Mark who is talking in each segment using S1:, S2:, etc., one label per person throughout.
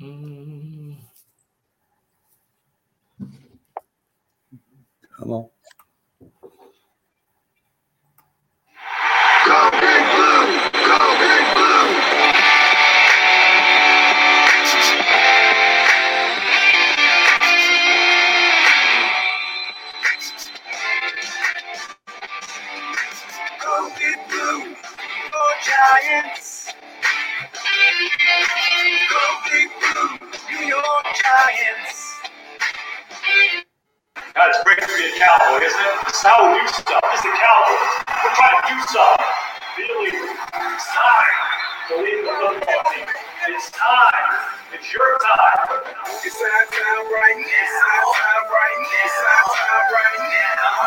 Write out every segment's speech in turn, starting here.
S1: Mm,
S2: Come on.
S3: Go big blue! Go big blue! Go big blue! Go Giants! Go big blue! New York Giants! God, it's great to be a cowboy, isn't it? It's how we do stuff. It's the Cowboys. We're trying to do stuff. Believe. It's time. Believe in the football team. It's time. It's your time. It's our time right now. It's our time right now.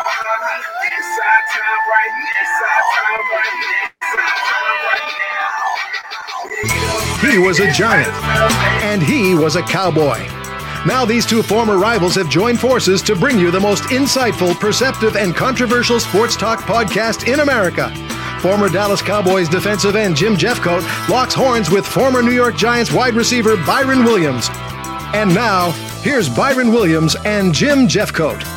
S3: It's our time right now. It's our time right now. It's our time right now. It's our time right now.
S4: He was a giant, and he was a cowboy. Now, these two former rivals have joined forces to bring you the most insightful, perceptive, and controversial sports talk podcast in America. Former Dallas Cowboys defensive end Jim Jeffcoat locks horns with former New York Giants wide receiver Byron Williams. And now, here's Byron Williams and Jim Jeffcoat.
S1: Hey,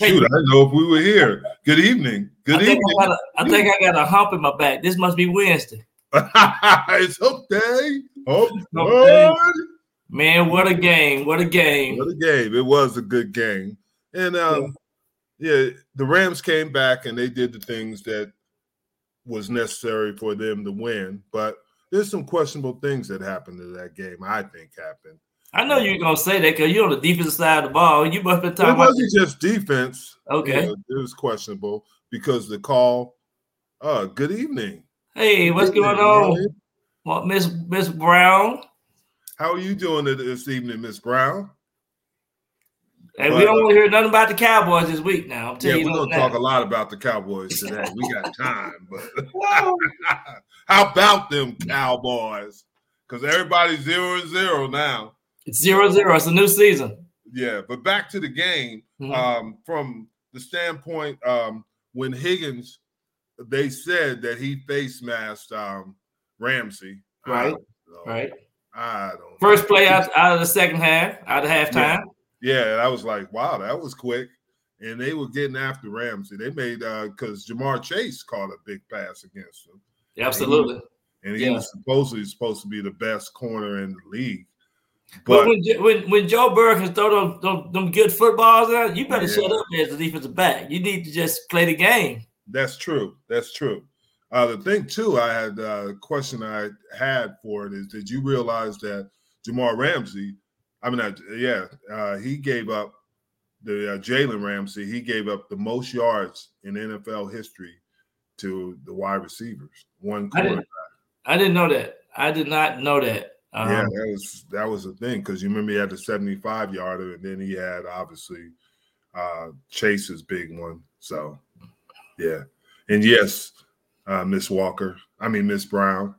S5: Shoot, I didn't know if we were here. Good evening. Good
S1: I think
S5: evening.
S1: I got a, I think I got a hump in my back. This must be Wednesday.
S5: it's Oh, hump day. Hump
S1: Hump
S5: day.
S1: Man, what a game! What a game!
S5: What a game. It was a good game. And um, yeah, the Rams came back and they did the things that was necessary for them to win. But there's some questionable things that happened to that game, I think happened.
S1: I know you're gonna say that because you're on the defensive side of the ball. You must be talking
S5: It
S1: about
S5: wasn't just defense.
S1: okay.
S5: You know, it was questionable because the call, uh, good evening.
S1: Hey, what's
S5: Good
S1: going
S5: evening,
S1: on,
S5: Ryan.
S1: Well, Miss Miss Brown?
S5: How are you doing it this evening, Miss Brown?
S1: Hey, we
S5: Right.
S1: don't want to hear nothing about the Cowboys this week. Now I'm
S5: Yeah,
S1: telling
S5: we're
S1: you
S5: gonna
S1: that.
S5: talk a lot about the Cowboys today. We got time, but how about them Cowboys? Because everybody's zero and zero now.
S1: It's zero zero. It's a new season.
S5: Yeah, but back to the game.
S1: Mhm.
S5: Um, from the standpoint, um, when Higgins, they said that he face masked um, Ramsey. I
S1: Right,
S5: don't know.
S1: right.
S5: I don't. know.
S1: First play out, out of the second half, out of halftime.
S5: Yeah, and I was like, wow, that was quick. And they were getting after Ramsey. They made uh because Jamar Chase caught a big pass against him.
S1: Absolutely.
S5: And he
S1: Yeah.
S5: was supposedly supposed to be the best corner in the league.
S1: But
S5: But
S1: when Jo- when when Joe Burrow can throw them, them, them good footballs out, you better
S5: Yeah.
S1: shut up as a defensive back. You need to just play the game.
S5: that's true. That's true. Uh the thing too, I had uh question I had for it is did you realize that Jamar Ramsey, I mean I, yeah, uh he gave up the uh, Jalen Ramsey, he gave up the most yards in NFL history to the wide receivers. One
S1: I
S5: corner.
S1: didn't. I didn't know that. I did not know that. Um,
S5: yeah, that was that was the thing because you remember he had the seventy-five yarder, and then he had obviously uh Chase's big one. So yeah, and yes, uh, Miss Walker, I mean Miss Brown,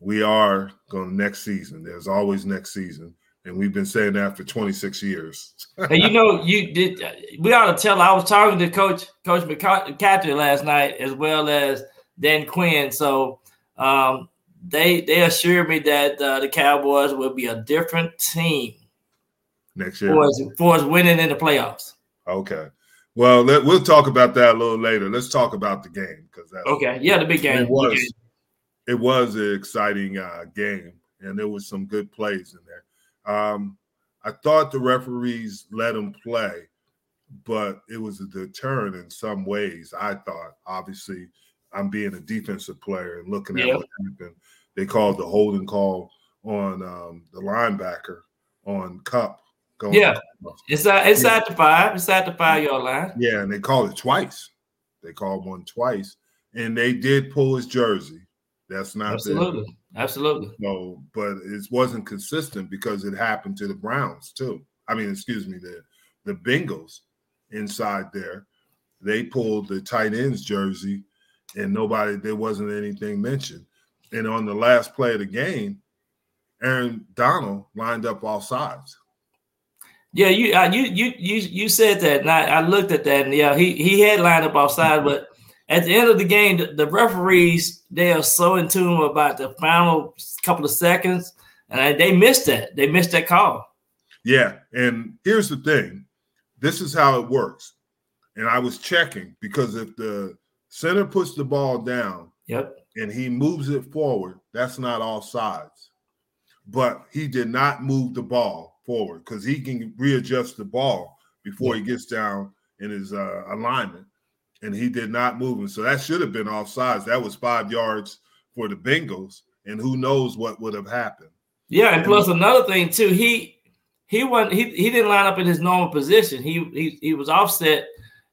S5: we are going next season. There's always next season, and we've been saying that for twenty-six years.
S1: And you know, you did. We ought to tell. I was talking to Coach Coach McCaffrey last night, as well as Dan Quinn. So um, they they assured me that uh, the Cowboys will be a different team
S5: Next year,
S1: for us, for us winning in the playoffs.
S5: okay. Well, let, we'll talk about that a little later. Let's talk about the game because that's
S1: Okay, yeah, the big game.
S5: It was. It was an exciting uh, game, and there was some good plays in there. Um, I thought the referees let him play, but it was a deterrent in some ways. I thought, obviously, I'm being a defensive player and looking at
S1: Yeah.
S5: what happened. They called the holding call on um, the linebacker on Cup. Going
S1: Yeah. Inside inside the five, inside the five yard line.
S5: yeah, and they called it twice. They called one twice, and they did pull his jersey. That's not the
S1: Absolutely, absolutely.
S5: no, but it wasn't consistent because it happened to the Browns too. I mean, excuse me, the the Bengals inside there, they pulled the tight ends jersey, and nobody there wasn't anything mentioned. And on the last play of the game, Aaron Donald lined up all sides.
S1: Yeah, you uh, you you you you said that, and I, I looked at that, and yeah, he he had lined up offside, but at the end of the game, the, the referees they are so in tune about the final couple of seconds, and they missed that. They missed that call.
S5: Yeah, and here's the thing: this is how it works. And I was checking because if the center puts the ball down,
S1: yep,
S5: and he moves it forward, that's not offsides. But he did not move the ball forward because he can readjust the ball before he gets down in his uh, alignment, and he did not move him. So that should have been offsides. That was five yards for the Bengals, and who knows what would have happened.
S1: Yeah, and plus another thing too, he he went he, he didn't line up in his normal position. He he he was offset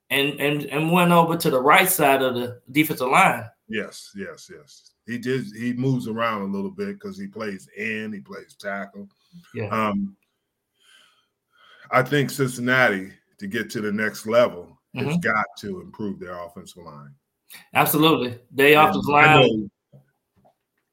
S1: and and and went over to the right side of the defensive line.
S5: Yes, yes, yes. He did. He moves around a little bit because he plays in, he plays tackle.
S1: Yeah.
S5: Um, I think Cincinnati to get to the next level has
S1: Mhm.
S5: got to improve their offensive line.
S1: Absolutely. They off the
S5: And I
S1: line.
S5: know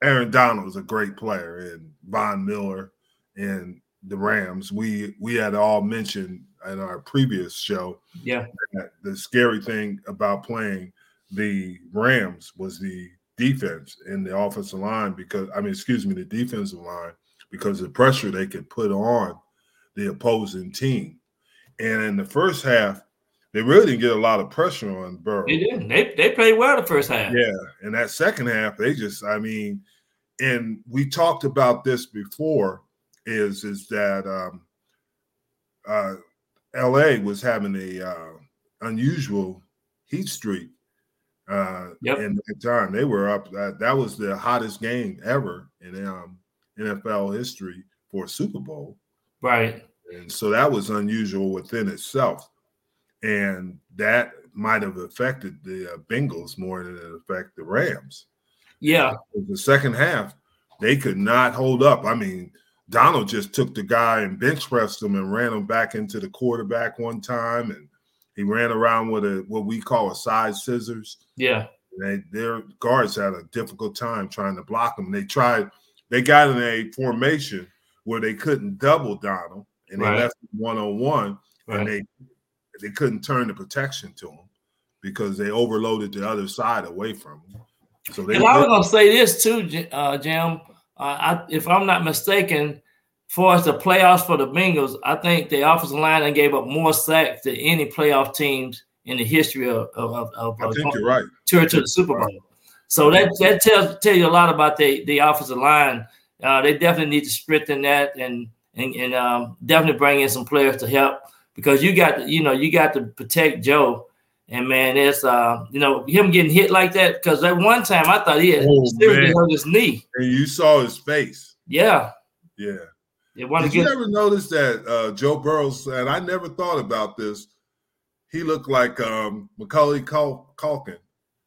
S5: Aaron Donald is a great player, and Von Miller and the Rams. We we had all mentioned in our previous show
S1: Yeah.
S5: that the scary thing about playing the Rams was the defense and the offensive line because I mean, excuse me, the defensive line because the pressure they could put on the opposing team. And in the first half, they really didn't get a lot of pressure on Burrow.
S1: They did. They they played well the first half.
S5: Yeah, and that second half, they just, I mean, and we talked about this before, is is that um, uh, L.A. was having a uh, unusual heat streak. Uh,
S1: Yep.
S5: In that time, they were up. That, that was the hottest game ever in um, NFL history for a Super Bowl.
S1: Right.
S5: And so that was unusual within itself. And that might have affected the uh, Bengals more than it affected the Rams.
S1: Yeah.
S5: The second half, they could not hold up. I mean, Donald just took the guy and bench pressed him and ran him back into the quarterback one time. And he ran around with a what we call a side scissors.
S1: Yeah.
S5: They, their guards had a difficult time trying to block him. They tried, they got in a formation where they couldn't double Donald and
S1: Right.
S5: they left one on one and
S1: Right.
S5: they they couldn't turn the protection to him because they overloaded the other side away from him. So they
S1: And I was gonna say this too, J- uh, Jim. Uh, I, if I'm not mistaken, for as the playoffs for the Bengals, I think the offensive line they gave up more sacks than any playoff teams in the history of of, of, of
S5: I think you're right.
S1: tour to the Super Bowl. So that that tells tell you a lot about the the offensive line. Uh, they definitely need to strengthen that and and, and um, definitely bring in some players to help because you got to, you know you got to protect Joe. And man, it's uh, you know him getting hit like that because at one time I thought he had
S5: Oh,
S1: seriously
S5: man.
S1: hurt his knee.
S5: And you saw his face.
S1: Yeah,
S5: Yeah.
S1: it wasn't
S5: Did you
S1: good.
S5: ever notice that uh, Joe Burrow said, I never thought about this? He looked like um, Macaulay Cul- Culkin.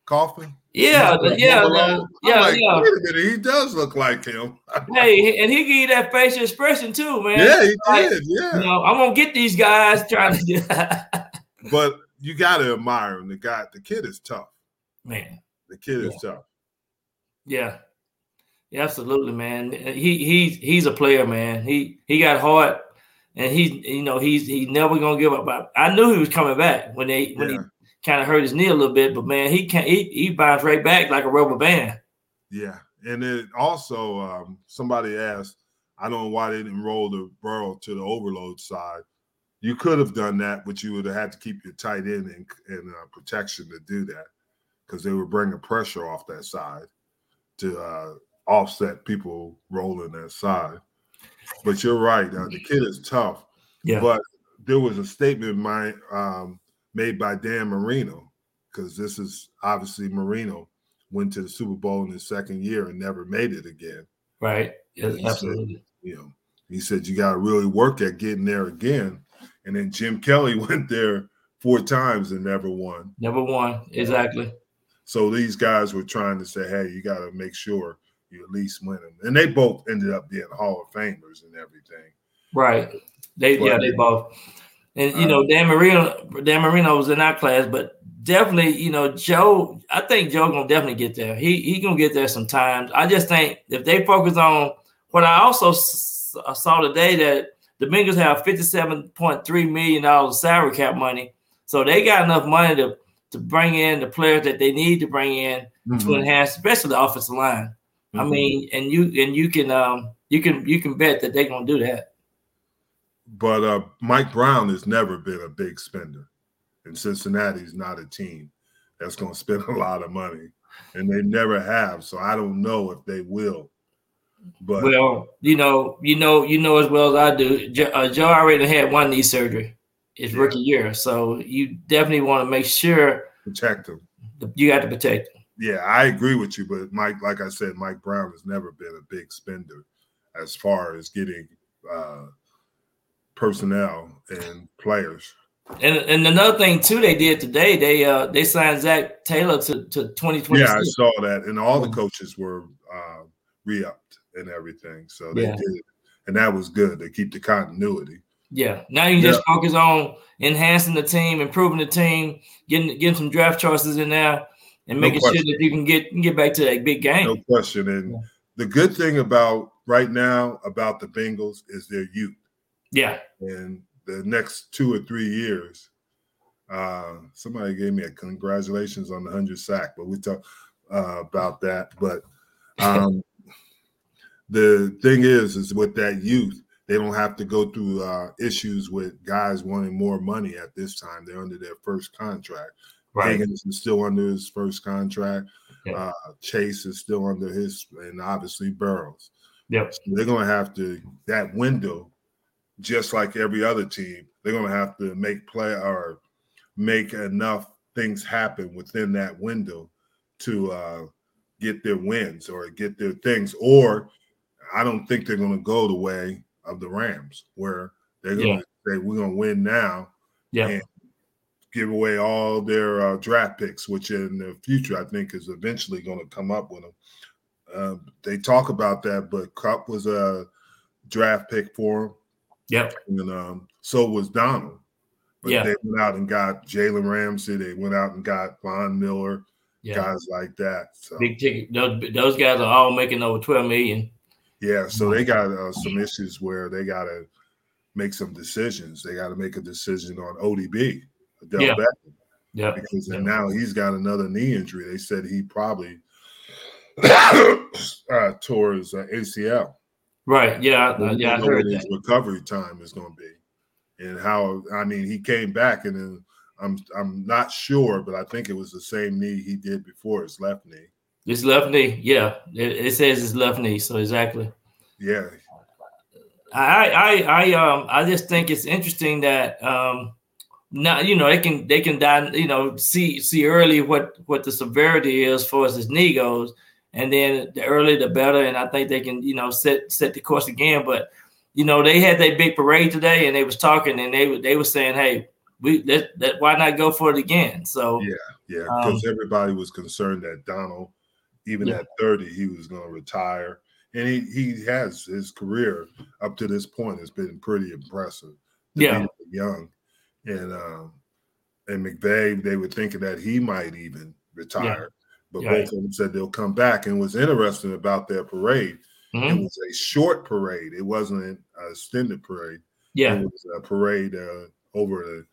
S5: Coffin?
S1: yeah, the- yeah,
S5: Home
S1: the-
S5: Alone. I'm
S1: yeah,
S5: like,
S1: yeah.
S5: Wait a minute, he does look like him.
S1: Hey, and he gave you that facial expression too, man.
S5: yeah, he
S1: Like,
S5: did.
S1: You
S5: Yeah,
S1: know, I'm gonna get these guys trying to,
S5: but you gotta admire him. The guy, the kid is tough.
S1: man.
S5: The kid is tough.
S1: Yeah. Yeah, absolutely, man. He he's he's a player, man. He he got heart, and he's you know he's he's never gonna give up. I, I knew he was coming back when they when he
S5: Yeah.
S1: kind of hurt his knee a little bit, but man, he can he he bounced right back like a rubber band.
S5: Yeah, and then also um, somebody asked, I don't know why they didn't roll the Burrow to the overload side. You could have done that, but you would have had to keep your tight end in, in uh, protection to do that because they were bringing pressure off that side to uh, offset people rolling that side. But you're right, uh, the kid is tough.
S1: Yeah.
S5: But there was a statement my, um, made by Dan Marino because this is obviously Marino went to the Super Bowl in his second year and never made it again.
S1: Right. Yeah,
S5: Yes, sir.
S1: absolutely.
S5: You know, he said you got to really work at getting there again. And then Jim Kelly went there four times and never won.
S1: Number one. Exactly.
S5: So these guys were trying to say, hey, you got to make sure you at least win them. And they both ended up being Hall of Famers and everything.
S1: Right. They yeah,
S5: Right.
S1: they both. And you
S5: Uh,
S1: know, Dan Marino Dan Marino was in our class, but definitely, you know, Joe, I think Joe gonna definitely get there. He he gonna get there sometimes. I just think if they focus on what I also s- saw today that the Bengals have fifty-seven point three million dollars salary cap money, so they got enough money to to bring in the players that they need to bring in
S5: Mhm.
S4: Mm-hmm.
S1: to enhance, especially the offensive line. I
S5: Mhm.
S1: mean, and you and you can um you can you can bet that they're gonna do that.
S5: but uh, Mike Brown has never been a big spender, and Cincinnati's not a team that's going to spend a lot of money, and they never have. So I don't know if they will. But
S1: Well, you know, you know, you know as well as I do. Joe, uh, Joe already had one knee surgery his
S5: Yeah.
S1: rookie year, so you definitely want to make sure
S5: protect them.
S1: that you got to protect. him.
S5: Yeah, I agree with you. But Mike, like I said, Mike Brown has never been a big spender as far as getting uh, personnel and players.
S1: And and another thing too, they did today. They uh they signed Zach Taylor to to twenty twenty.
S5: Yeah, I saw that, and all the
S1: Mhm.
S5: coaches were uh, re-upped and everything, so they
S1: Yeah.
S5: did, it. and that was good. They keep the continuity.
S1: Yeah. Now you just focus on enhancing the team, improving the team, getting getting some draft choices in there, and
S5: No
S1: making sure
S5: question.
S1: that you can get get back to that big game.
S5: No question. And
S1: Yeah.
S5: the good thing about right now about the Bengals is their youth.
S1: Yeah.
S5: And the next two or three years, uh, somebody gave me a congratulations on the hundred sack, but we talk uh, about that. But um, the thing is, is with that youth, they don't have to go through uh, issues with guys wanting more money at this time. They're under their first contract. Higgins is still under his first contract.
S1: Yeah.
S5: Uh, Chase is still under his, and obviously Burrows.
S1: Yep.
S5: So they're going to have to that window, just like every other team. They're going to have to make play or make enough things happen within that window to uh, get their wins or get their things. Or I don't think they're going to go the way of the Rams, where they're going to say we're going to win now
S1: Yeah.
S5: Yeah. give away all their uh, draft picks, which in the future I think is eventually going to come up with them. Uh, they talk about that, but Cup was a draft pick for
S1: Yep.
S5: him, and um, so was Donald. But
S1: Yeah.
S5: they went out and got Jalen Ramsey. They went out and got Von Miller,
S1: Yeah.
S5: guys like that. So
S1: Big ticket. Those, those guys are all making over twelve million.
S5: yeah, so they got uh, some issues where they got to make some decisions. They got to make a decision on ODB. Odell
S1: Yeah.
S5: Beckham.
S1: Yep.
S5: because
S1: Yeah.
S5: and now he's got another knee injury. They said he probably uh, tore his uh, ACL.
S1: Right. Yeah. I- I-
S5: We
S1: Uh, yeah. I
S5: don't know
S1: heard
S5: what
S1: that.
S5: his recovery time is going to be, and how. I mean, he came back, and then I'm I'm not sure, but I think it was the same knee he did before his left knee.
S1: His left knee. Yeah. It, it says his left knee. So exactly.
S5: Yeah,
S1: I I I um I just think it's interesting that um now you know they can they can die you know see see early what what the severity is for as his knee goes and then the earlier the better and I think they can you know set set the course again but you know they had their big parade today and they was talking and they were they were saying hey we that, that why not go for it again so
S5: yeah, because
S1: Um,
S5: everybody was concerned that Donald, even
S1: Yeah.
S5: at thirty, he was going to retire, and he he has his career up to this point has been pretty impressive. to
S1: yeah
S5: be young, and um, and McVay, they were thinking that he might even retire, but
S1: Yeah.
S5: both of them said they'll come back. And what's interesting about their parade,
S1: mhm,
S5: it was a short parade. It wasn't an extended parade.
S1: yeah
S5: It was a parade uh, over a,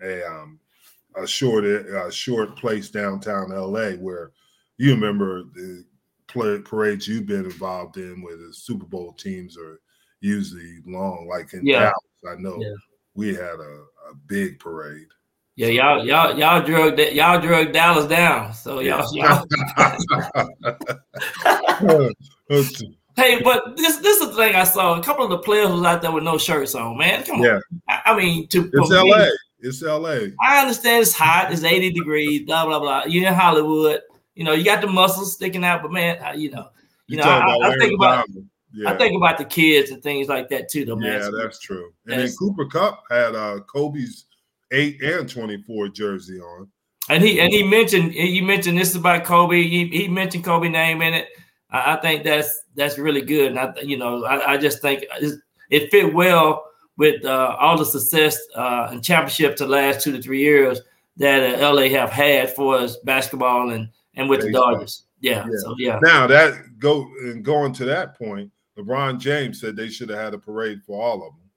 S5: a um a short a short place downtown L.A. where you remember the pla- parades you've been involved in where the Super Bowl teams are usually long, like in
S1: Yeah.
S5: Dallas. I know
S1: Yeah.
S5: we had a, a big parade.
S1: yeah y'all y'all y'all drug that y'all drug Dallas down so y'all y'all Hey, but this this is the thing I saw. A couple of the players was out there with no shirts on, man. Come
S5: Yeah.
S1: on. I, I mean, to
S5: it's
S1: for me,
S5: L.A. It's L.A.
S1: I understand it's hot, it's 80 degrees, blah, blah, blah. You're in Hollywood. You know, you got the muscles sticking out, but man, I, you know, you know,
S5: talking
S1: I- I think about-
S5: Aaron Donald.
S1: I think about the kids and things like that too, though, man.
S5: Yeah, that's true. And then
S1: That's-
S5: Cooper Cup had uh Kobe's eight and twenty-four jersey on.
S1: and he and he mentioned you mentioned this about Kobe. He, he mentioned Kobe name in it. I, I think that's that's really good, and I th- you know I, I just think it's- it fit well with uh, all the success uh, and championship the last two to three years that uh, LA have had for us basketball and and with
S5: Baseball.
S1: the Dodgers. Yeah,
S5: Yeah.
S1: so yeah,
S5: Now that go and going to that point, LeBron James said they should have had a parade for all of them.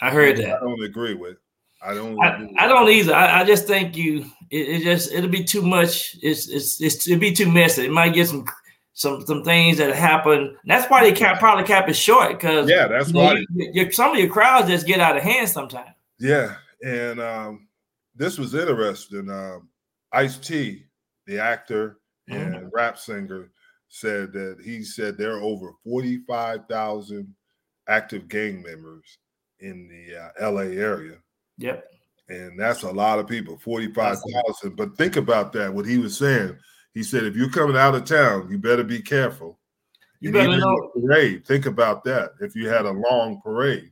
S1: I heard that.
S5: I don't agree with. I don't. agree
S1: I,
S5: with.
S1: I don't either. I, I just think you. It, it just it'll be too much. It's it's, it's it'll be too messy. It might get some some some things that happen. That's why they cap, probably cap it short because
S5: yeah, that's right.
S1: some of your crowds just get out of hand sometimes.
S5: Yeah, and um, this was interesting. Um, Ice T, the actor
S1: Oh,
S5: and rap singer, said that he said there are over forty-five thousand active gang members in the uh, L.A. area,
S1: Yep.
S5: and that's a lot of people. Forty-five thousand. But think about that. What he was saying. He said, if you're coming out of town, you better be careful.
S1: You
S5: And
S1: better
S5: even
S1: know.
S5: the Parade. Think about that. If you had a long parade.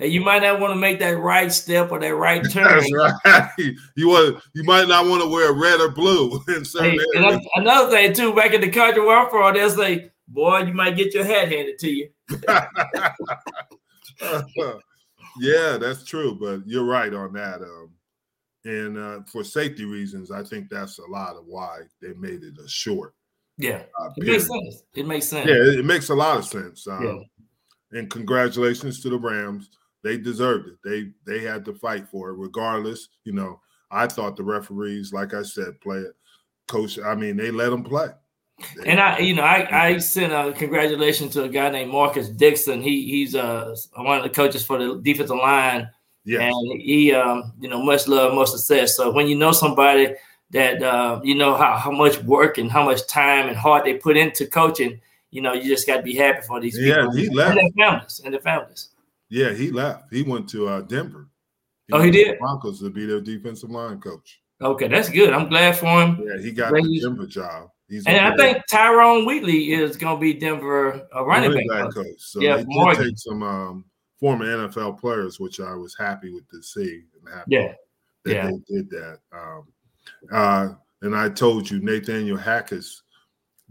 S1: And you might not want to make that right step or that right turn.
S5: That's right. You want you might not want to wear red or blue in certain
S1: Hey, and
S5: areas.
S1: that's another thing too, back in the country where I'm from, they'll say, "Boy, you might get your head handed to you."
S5: yeah, that's true. But you're right on that. Um, and uh, for safety reasons, I think that's a lot of why they made it a short.
S1: Yeah,
S5: Uh,
S1: it
S5: period.
S1: makes sense. It makes sense.
S5: Yeah, it, it makes a lot of sense. Um,
S1: Yeah.
S5: And congratulations to the Rams. They deserved it. They they had to fight for it, regardless. You know, I thought the referees, like I said, play it. Coach, I mean, they let them play. They-
S1: And I, you know, I, I sent a congratulations to a guy named Marcus Dixon. He he's uh one of the coaches for the defensive line,
S5: yeah,
S1: and he um you know much love, much success. So when you know somebody that uh, you know how, how much work and how much time and heart they put into coaching, you know you just got to be happy for these
S5: yeah,
S1: people
S5: he
S1: and
S5: left.
S1: their families and their families.
S5: Yeah, he left. He went to uh, Denver.
S1: Oh, he
S5: went to
S1: did?
S5: the Broncos to be their defensive line coach.
S1: Okay, that's good. I'm glad for him.
S5: Yeah, he got
S1: Well,
S5: the
S1: he's-
S5: Denver job. He's
S1: And I
S5: over there.
S1: think Tyrone Wheatley is going to be Denver uh, running back. coach.
S5: coach. So
S1: Yeah,
S5: they did
S1: Morgan.
S5: take some um, former NFL players, which I was happy with to see. And happy
S1: Yeah.
S5: that
S1: Yeah.
S5: they did that. Um, uh, and I told you, Nathaniel Hackett's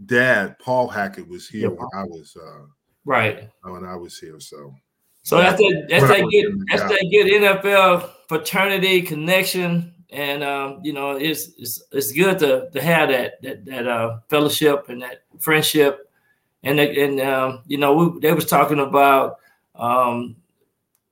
S5: dad, Paul Hackett, was here
S1: Yeah.
S5: when I was uh,
S1: Right.
S5: when I was here. So
S1: So that's that. That's
S5: When I
S1: that
S5: was
S1: good.
S5: in the
S1: That's
S5: job.
S1: that good NFL fraternity connection, and um, you know, it's it's it's good to to have that that that uh, fellowship and that friendship, and that- and um, you know, we, they was talking about um,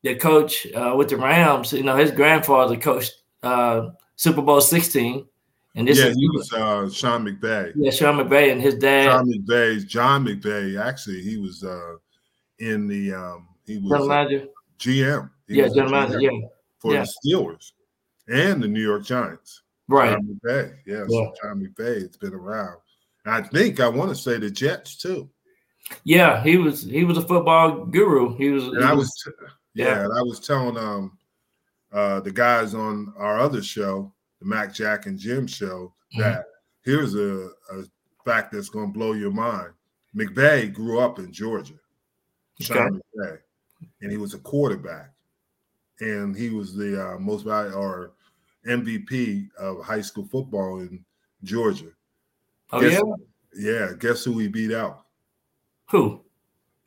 S1: the coach uh, with the Rams. You know, his grandfather coached uh, Super Bowl sixteen, and this
S5: yeah,
S1: is
S5: he was uh, Sean McVay.
S1: yeah Sean McVay and his dad.
S5: John McVay's John McVay. Actually, he was uh, in the um, he was
S1: General
S5: a
S1: manager.
S5: GM. He
S1: Yeah,
S5: was a
S1: general manager.
S5: GM
S1: Yeah,
S5: for
S1: yeah.
S5: the Steelers and the New York Giants.
S1: right.
S5: John McVay. Yeah,
S1: Yeah.
S5: so John McVay has been around. And I think I want to say the Jets too.
S1: Yeah, he was he was a football guru. He was.
S5: And I was yeah,
S1: Yeah.
S5: and I was telling um uh the guys on our other show, the Mac Jack and Jim show,
S1: Mhm.
S5: that here's a, a fact that's gonna blow your mind. McVay grew up in Georgia. Sean McVay, and he was a quarterback, and he was the uh, most valuable or MVP of high school football in Georgia.
S1: Oh
S5: guess,
S1: yeah.
S5: yeah. Guess who he beat out?
S1: Who?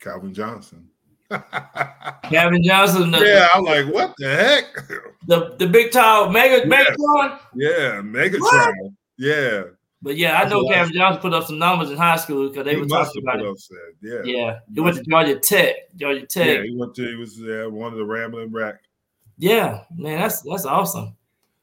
S5: Calvin Johnson. yeah,
S1: Gavin Johnson. The,
S5: I'm like, what the heck?
S1: the, the big tall mega
S5: Yes.
S1: megatron.
S5: yeah, Megatron.
S1: What?
S5: Yeah,
S1: But yeah, I know
S5: Yes.
S1: Gavin Johnson put up some numbers in high school because they
S5: he
S1: were
S5: must
S1: talking
S5: have
S1: about
S5: been
S1: it.
S5: upset. Yeah. yeah.
S1: Yeah, he went to Georgia Tech. Georgia Tech.
S5: he went to. He was uh, one of the rambling rack.
S1: Yeah, man, that's that's awesome.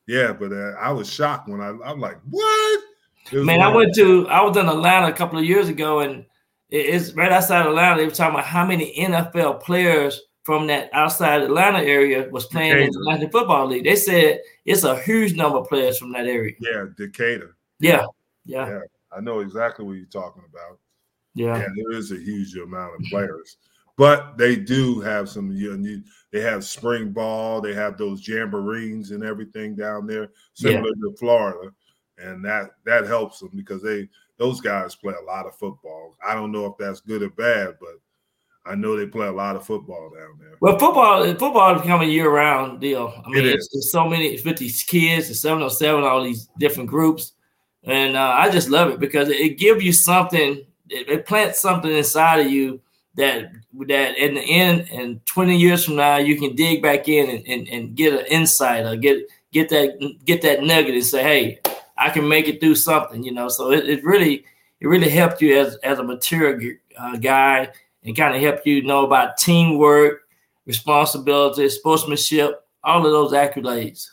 S5: Yeah, but uh, I was shocked when I. I'm like, what? It was
S1: Man, I
S5: like-
S1: went to I was in Atlanta a couple of years ago, and it- it's right outside Atlanta. They were talking about how many NFL players from that outside Atlanta area was playing in the
S5: Decatur.
S1: National Football League. They said it's a huge number of players from that area.
S5: Yeah, Decatur.
S1: Yeah, yeah,
S5: I know exactly what you're talking about.
S1: yeah.
S5: Yeah, there is a huge amount of players, but they do have some. You know, you- they have spring ball. They have those jamborees and everything down there, similar to Florida, and that that helps them because they those guys play a lot of football. I don't know if that's good or bad, but I know they play a lot of football down there.
S1: Well, football football is becoming a year round deal. I mean,
S5: It
S1: it's, it's so many it's with these kids, it's seven on seven, all these different groups, and uh, I just love it because it, it gives you something, it, it plants something inside of you that that in the end, and twenty years from now, you can dig back in and, and, and get an insight or get get that get that nugget and say, hey, I can make it through something, you know. So it, it really it really helped you as as a material uh, guy and kind of helped you know about teamwork responsibility, sportsmanship, all of those accolades.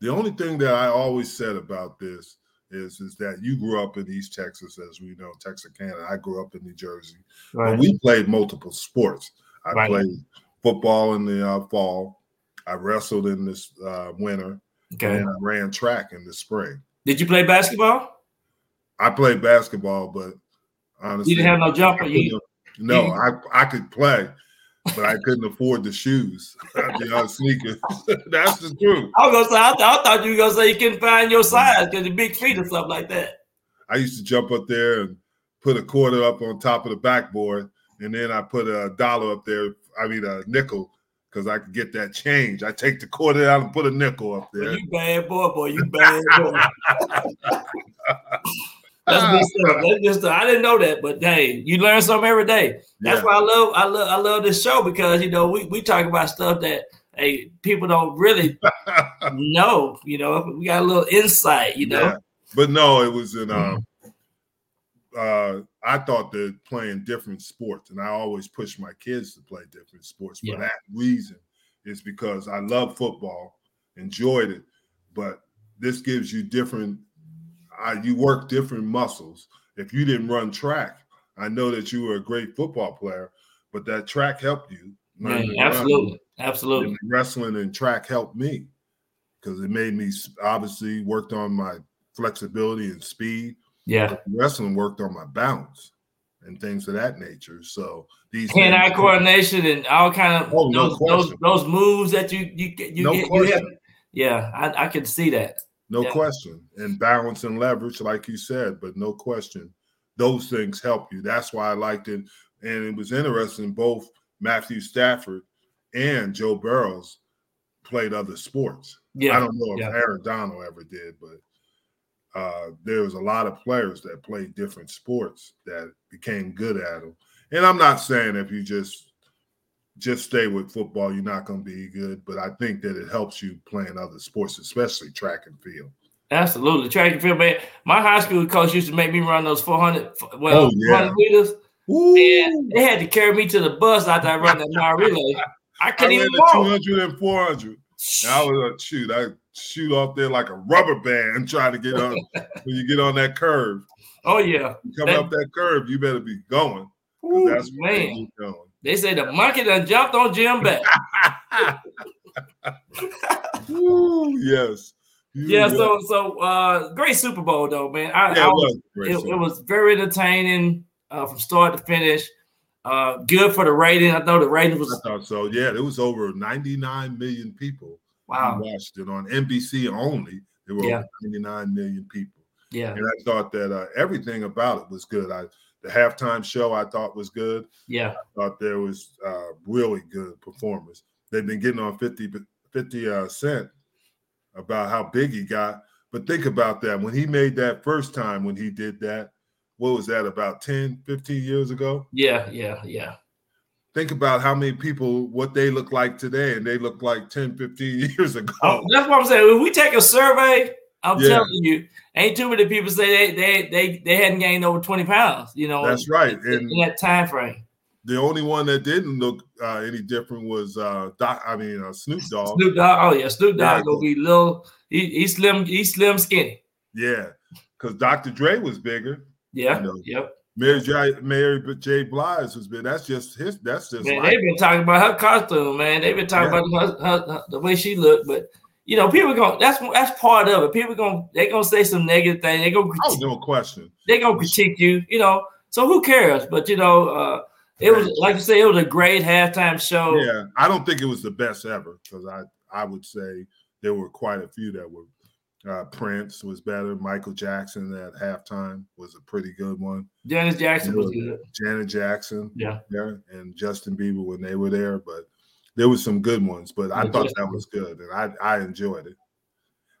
S5: The only thing that I always said about this is, is that you grew up in East Texas, as we know, Texarkana. I grew up in New Jersey.
S1: Right.
S5: But we played multiple sports. I
S1: Right.
S5: played football in the uh, fall. I wrestled in this uh, winter,
S1: okay.
S5: and I ran track in the spring.
S1: Did you play basketball?
S5: I played basketball, but honestly,
S1: You didn't have no jumper. You,
S5: no,
S1: you-
S5: I I could play, but I couldn't afford the shoes. I'd be on sneakers. That's the truth.
S1: I was gonna say I, th- I thought you were gonna say you couldn't find your size because your big feet or something like that.
S5: I used to jump up there and put a quarter up on top of the backboard, and then I put a dollar up there. I mean a nickel, because I could get that change. I take the quarter out and put a nickel up there.
S1: You bad boy, boy. You bad boy. That's good stuff. That's good stuff. I didn't know that, but hey, you learn something every day. That's
S5: Yeah.
S1: why I love I love I love this show because you know we, we talk about stuff that hey people don't really know. You know, we got a little insight, you know.
S5: Yeah. But no, it was in um
S1: Mm-hmm.
S5: uh I thought that playing different sports, and I always push my kids to play different sports
S1: Yeah.
S5: for that reason is because I love football, enjoyed it, but this gives you different uh, you work different muscles. If you didn't run track, I know that you were a great football player, but that track helped you. learn
S1: Man,
S5: to run.
S1: Mm, absolutely. Absolutely.
S5: And wrestling and track helped me because it made me s- obviously worked on my flexibility and speed.
S1: Yeah.
S5: Wrestling worked on my balance and things of that nature. So these
S1: Hand eye
S5: things-
S1: coordination and all kind of
S5: Oh, no
S1: those, those
S5: question.
S1: those moves that you you get- you
S5: No
S1: get you
S5: question.
S1: have. Yeah, I, I can see that.
S5: no
S1: Yeah.
S5: question, and balance and leverage, like you said, but no question, those things help you. That's why I liked it, and it was interesting. Both Matthew Stafford and Joe Burrows played other sports.
S1: Yeah.
S5: I don't know if
S1: yeah.
S5: Aaron Donald ever did, but uh, there was a lot of players that played different sports that became good at them. And I'm not saying if you just just stay with football, you're not going to be good, but I think that it helps you playing other sports, especially track and field.
S1: Absolutely. Track and field, man. My high school coach used to make me run those 400, well,
S5: Oh, yeah.
S1: 400 meters.
S5: Ooh,
S1: They had to carry me to the bus after I run that mile relay. I
S5: I
S1: couldn't
S5: ran
S1: even
S5: the
S1: walk.
S5: 200 and 400. And I was like, shoot, I shoot off there like a rubber band trying to get on when you get on that curve.
S1: Oh, yeah.
S5: You coming
S1: That-
S5: up that curve, you better be going. 'cause
S1: Ooh,
S5: that's where
S1: man.
S5: you going.
S1: They say the monkey done jumped on Jim back.
S5: Woo, yes. You
S1: Yeah,
S5: will.
S1: so so uh great Super Bowl though, man. I,
S5: yeah,
S1: I
S5: it
S1: was,
S5: was great.
S1: it,
S5: so-
S1: it was very entertaining uh from start to finish. Uh good for the rating. I thought the rating
S5: I
S1: was
S5: thought so. Yeah, there was over 99 million people who
S1: wow.
S5: watched it on NBC only. There were
S1: Yeah.
S5: over 99 million people,
S1: Yeah,
S5: and I thought that uh, everything about it was good. I the halftime show I thought was good.
S1: yeah,
S5: thought there was uh, really good performers. They've been getting on 50, b- 50 uh, cent about how big he got. But think about that. When he made that first time when he did that, what was that, about 10, 15 years ago?
S1: yeah, yeah, yeah.
S5: Think about how many people, what they look like today, and they look like 10, 15 years ago.
S1: Oh, that's what I'm saying. If we take a survey, I'm
S5: Yeah.
S1: telling you, ain't too many people say they they they, they hadn't gained over 20 pounds, you know,
S5: That's right.
S1: in,
S5: And
S1: that time frame.
S5: the only one that didn't look uh, any different was, uh, Doc, I mean, uh, Snoop Dogg.
S1: Snoop Dogg, oh yeah, Snoop Dogg
S5: Yeah.
S1: gonna be little he, he slim, he slim skinny.
S5: Yeah, because Dr. Dre was bigger.
S1: Yeah,
S5: I know.
S1: yep.
S5: Mary J. Mary J. Blige has been. That's just his. That's just.
S1: Man,
S5: life.
S1: they've been talking about her costume, man. They've been talking about her, her, her- the way she looked, but you know, people gonna that's that's part of it. People gonna they gonna say some negative thing. They gonna
S5: Oh, no question.
S1: they gonna critique you, you know. So who cares? But you know, uh, it was
S5: Right.
S1: like you say, it was a great halftime show.
S5: Yeah, I don't think it was the best ever because I I would say there were quite a few that were. Uh, Prince was better. Michael Jackson at halftime was a pretty good one.
S1: Janet Jackson was
S5: Yeah.
S1: good.
S5: Janet Jackson,
S1: Yeah.
S5: yeah, and Justin Bieber when they were there, but there was some good ones. But I
S1: Yeah,
S5: thought
S1: Justin
S5: that
S1: Bieber.
S5: was good, and I I enjoyed it.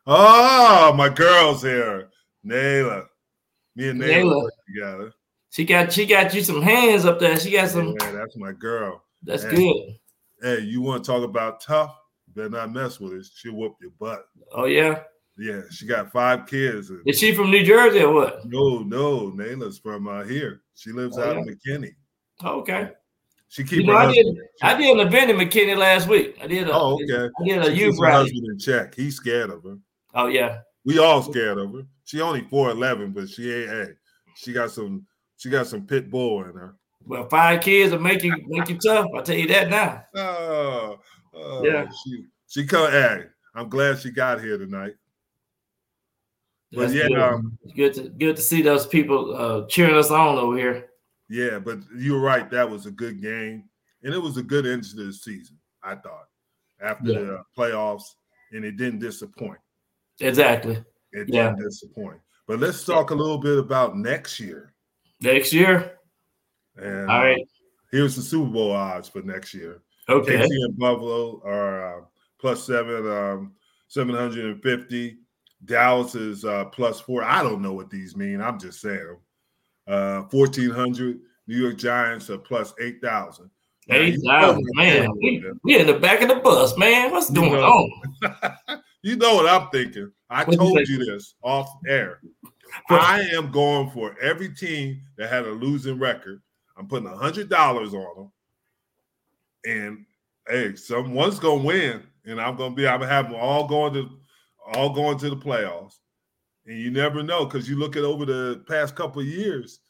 S5: Oh, my girls here, Nayla, me and Nayla,
S1: Nayla.
S5: worked together.
S1: She got she got you some hands up there. She got some.
S5: Yeah, that's my girl.
S1: That's
S5: Yeah.
S1: good.
S5: Hey, you want to talk about tough? Better not mess with her. She'll whoop your butt.
S1: Oh yeah.
S5: Yeah, she got five kids. And
S1: Is she from New Jersey or what?
S5: no, no, Nayla's from uh, here. She lives
S1: Oh,
S5: out
S1: yeah?
S5: in McKinney.
S1: Okay.
S5: She
S1: You
S5: keep
S1: know,
S5: her
S1: I did,
S5: husband.
S1: I did Lavender McKinney last week. I did a,
S5: Oh, okay.
S1: I did a
S5: She
S1: U
S5: keeps her
S1: Friday.
S5: husband in check. He's scared of her.
S1: Oh yeah,
S5: We all scared of her. She only four eleven, but she ain't. Hey, she got some. She got some pit bull in her.
S1: well, five kids will make you make you tough. I will tell you that now.
S5: Oh, oh,
S1: Yeah.
S5: She she come. Hey, I'm glad she got here tonight. But
S1: That's
S5: yeah,
S1: good.
S5: um,
S1: It's good to good to see those people uh, cheering us on over here.
S5: yeah. But you're right. That was a good game, and it was a good end to the season. I thought after
S1: Yeah.
S5: the uh, playoffs, and it didn't disappoint.
S1: Exactly.
S5: It
S1: Yeah.
S5: didn't disappoint. But let's talk a little bit about next year.
S1: Next year.
S5: And
S1: All right.
S5: here's the Super Bowl odds for next year.
S1: Okay.
S5: KC and Buffalo are uh, plus seven, um, 750. Dallas is uh, plus four. I don't know what these mean. I'm just saying them. Uh, 1400. New York Giants are plus 8,000. Now, you
S1: Eight thousand.
S5: know what I'm
S1: Man,
S5: thinking,
S1: we, we in the back of the bus, man. What's going
S5: know.
S1: on?
S5: You know what I'm thinking. I
S1: What'd you
S5: told
S1: think?
S5: you this off air. I am going for every team that had a losing record. I'm putting a hundred dollars on them, and hey, someone's gonna win, and I'm gonna be. I'm gonna have them all going to all going to the playoffs, and you never know because you look at over the past couple of years,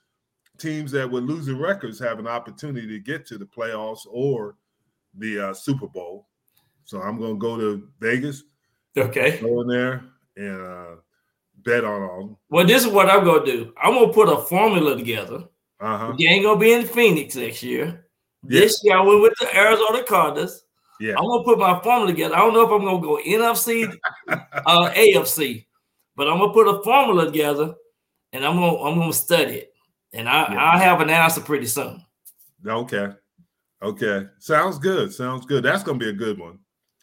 S5: teams that with losing records have an opportunity to get to the playoffs or the uh, Super Bowl. So I'm gonna go to Vegas
S1: Okay.
S5: go in there and uh, bet on them.
S1: Well, this is what I'm gonna do. I'm gonna put a formula together.
S5: Uh huh.
S1: You ain't gonna be in Phoenix next year.
S5: Yeah.
S1: This year I went with the Arizona Cardinals.
S5: Yeah.
S1: I'm gonna put my formula together. I don't know if I'm gonna go NFC, uh, AFC, but I'm gonna put a formula together, and I'm gonna I'm gonna study it, and I
S5: Yeah.
S1: I'll have an answer pretty soon.
S5: Okay. Okay. Sounds good. Sounds good. That's gonna be a good one.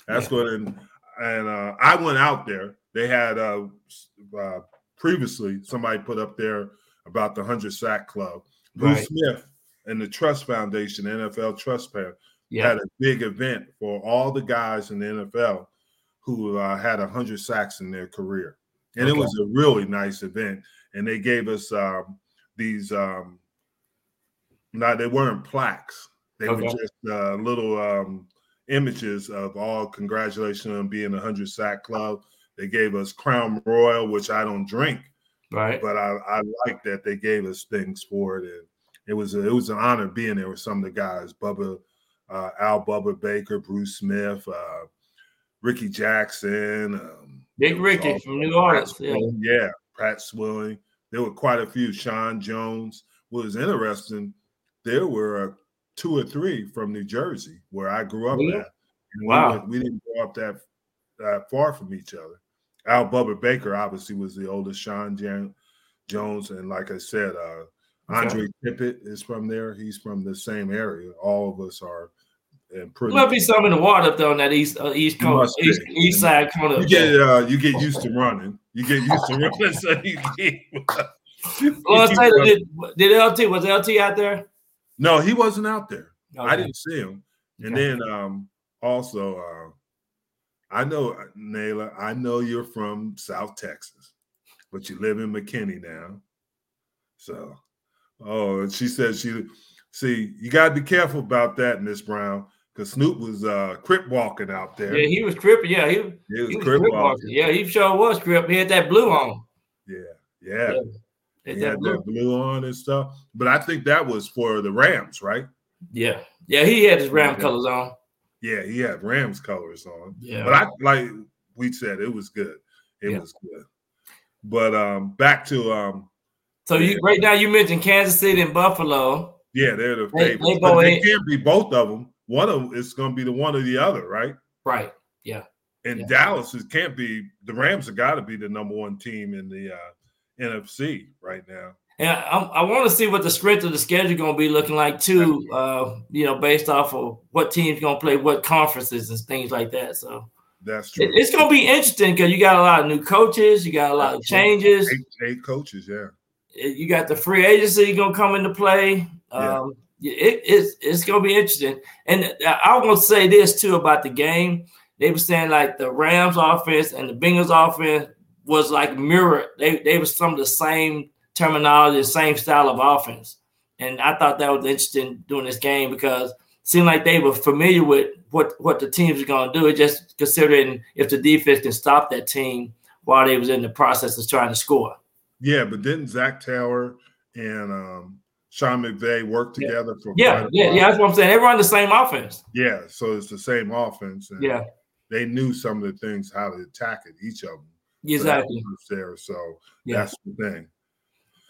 S5: That's
S1: Yeah.
S5: good. And and uh, I went out there. They had uh, s- uh previously somebody put up there about the hundred sack club. Bruce
S1: Right.
S5: Smith and the Trust Foundation, NFL Trust Fund,
S1: Yeah.
S5: had a big event for all the guys in the NFL who uh, had 100 sacks in their career. And it
S1: Okay.
S5: was a really nice event. And they gave us um, these, um, no, they weren't plaques. They were
S1: Okay.
S5: just uh, little um, images of all congratulations on being a 100 sack club. They gave us Crown Royal, which I don't drink,
S1: Right.
S5: but I, I like that they gave us things for it, and it was a, it was an honor being there with some of the guys, Bubba, uh, Al Bubba Baker, Bruce Smith, uh, Ricky Jackson, um,
S1: Big
S5: it was
S1: Ricky
S5: all-
S1: from New
S5: Pratt
S1: Orleans. Yeah.
S5: Swilling, yeah. Pratt Swilling. There were quite a few. Sean Jones What was interesting. There were uh, two or three from New Jersey where I grew up
S1: Really?
S5: at. And we
S1: Wow.
S5: went- We, didn't grow up that uh, far from each other. Al Bubba Baker obviously was the oldest. Sean Jan- Jones and like I said, uh, Andre Tippett is from there. He's from the same area. All of us are. And
S1: There
S5: pretty.
S1: might be some in the water up there on that east uh, east
S5: You
S1: coast,
S5: must
S1: east,
S5: be.
S1: east side corner.
S5: You
S1: up there.
S5: get uh, you get used to running. You get used to running, so you get.
S1: Lord
S5: you
S1: Taylor,
S5: keep
S1: did, did LT was LT out there?
S5: No, he wasn't out there. I
S1: Okay.
S5: didn't see him. And
S1: Okay.
S5: then um also uh I know uh, Naylor, I know you're from South Texas, but you live in McKinney now. So oh and she said she see you gotta be careful about that, Miss Brown, because Snoop was uh crip walking out there.
S1: Yeah, he was tripping. Yeah, he,
S5: he was,
S1: he was
S5: crip
S1: crip
S5: walking.
S1: walking. Yeah, he sure was crip. He had that blue on.
S5: Yeah, yeah.
S1: Yeah, He had
S5: He had
S1: that blue.
S5: that blue on and stuff. But I think that was for the Rams, right?
S1: Yeah, yeah, he had his ram
S5: Yeah.
S1: colors on.
S5: Yeah, he had Rams colors on.
S1: Yeah,
S5: But I like we said it was good. It
S1: Yeah.
S5: was good. But um back to um
S1: so you right now you mentioned Kansas City and Buffalo.
S5: yeah, they're the
S1: They- they
S5: favorites. They,
S1: go
S5: they
S1: ahead.
S5: can't be both of them. One of them is gonna be the one or the other, right?
S1: Right.
S5: And
S1: Yeah.
S5: Dallas is, can't be the Rams have got to be the number one team in the uh NFC right now.
S1: And I, I want to see what the strength of the schedule going to be looking like too. Uh, you know, based off of what teams going to play, what conferences and things like that. So
S5: That's true.
S1: it- it's going to be interesting because you got a lot of new coaches, you got a lot of changes,
S5: eight, eight coaches, yeah.
S1: you got the free agency going to come into play.
S5: Yeah.
S1: Um, it, it's it's going to be interesting. And I- I want to say this too about the game. They were saying like the Rams offense and the Bengals offense was like mirror. They they were some of the same terminology, same style of offense. And I thought that was interesting during this game because seemed like they were familiar with what what the teams are going to do. It just considering if the defense can stop that team while they was in the process of trying to score.
S5: Yeah, but didn't Zach Tower and um, Sean McVay work together for
S1: Yeah,
S5: quite a
S1: yeah,
S5: while?
S1: yeah. That's what I'm saying. They run the same offense.
S5: Yeah, so it's the same offense. and
S1: Yeah,
S5: they knew some of the things how to attack it, each of them. So that
S1: exactly.
S5: was There, so
S1: Yeah.
S5: that's the thing.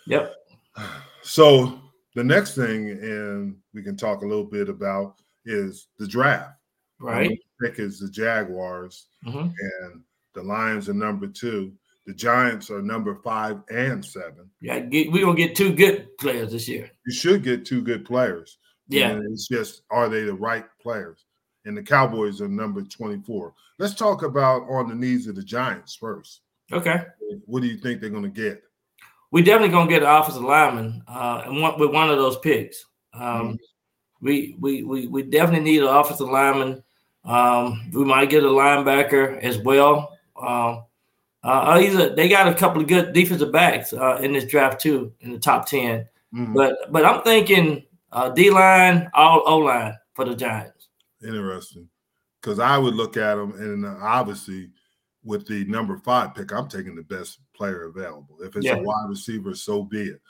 S1: Yep.
S5: So the next thing, and we can talk a little bit about, is the draft.
S1: Right.
S5: Pick is the Jaguars,
S1: Mhm.
S5: and the Lions are number two. The Giants are number five and seven.
S1: Yeah, get, we're gonna get two good players this year.
S5: You should get two good players.
S1: Yeah.
S5: And it's just are they the right players? And the Cowboys are number 24. Let's talk about on the knees of the Giants first.
S1: Okay.
S5: What do you think they're going to get?
S1: We definitely gonna get an offensive lineman uh, and one, with one of those picks. Um, we, we we we definitely need an offensive lineman. Um, we might get a linebacker as well. Um, uh, either they got a couple of good defensive backs uh, in this draft too, in the top ten.
S5: Mhm.
S1: But but I'm thinking uh, D line, all O line for the Giants.
S5: Interesting. Because I would look at them, and uh, obviously, with the number five pick, I'm taking the best player available. If it's
S1: Yeah.
S5: a wide receiver, so be it.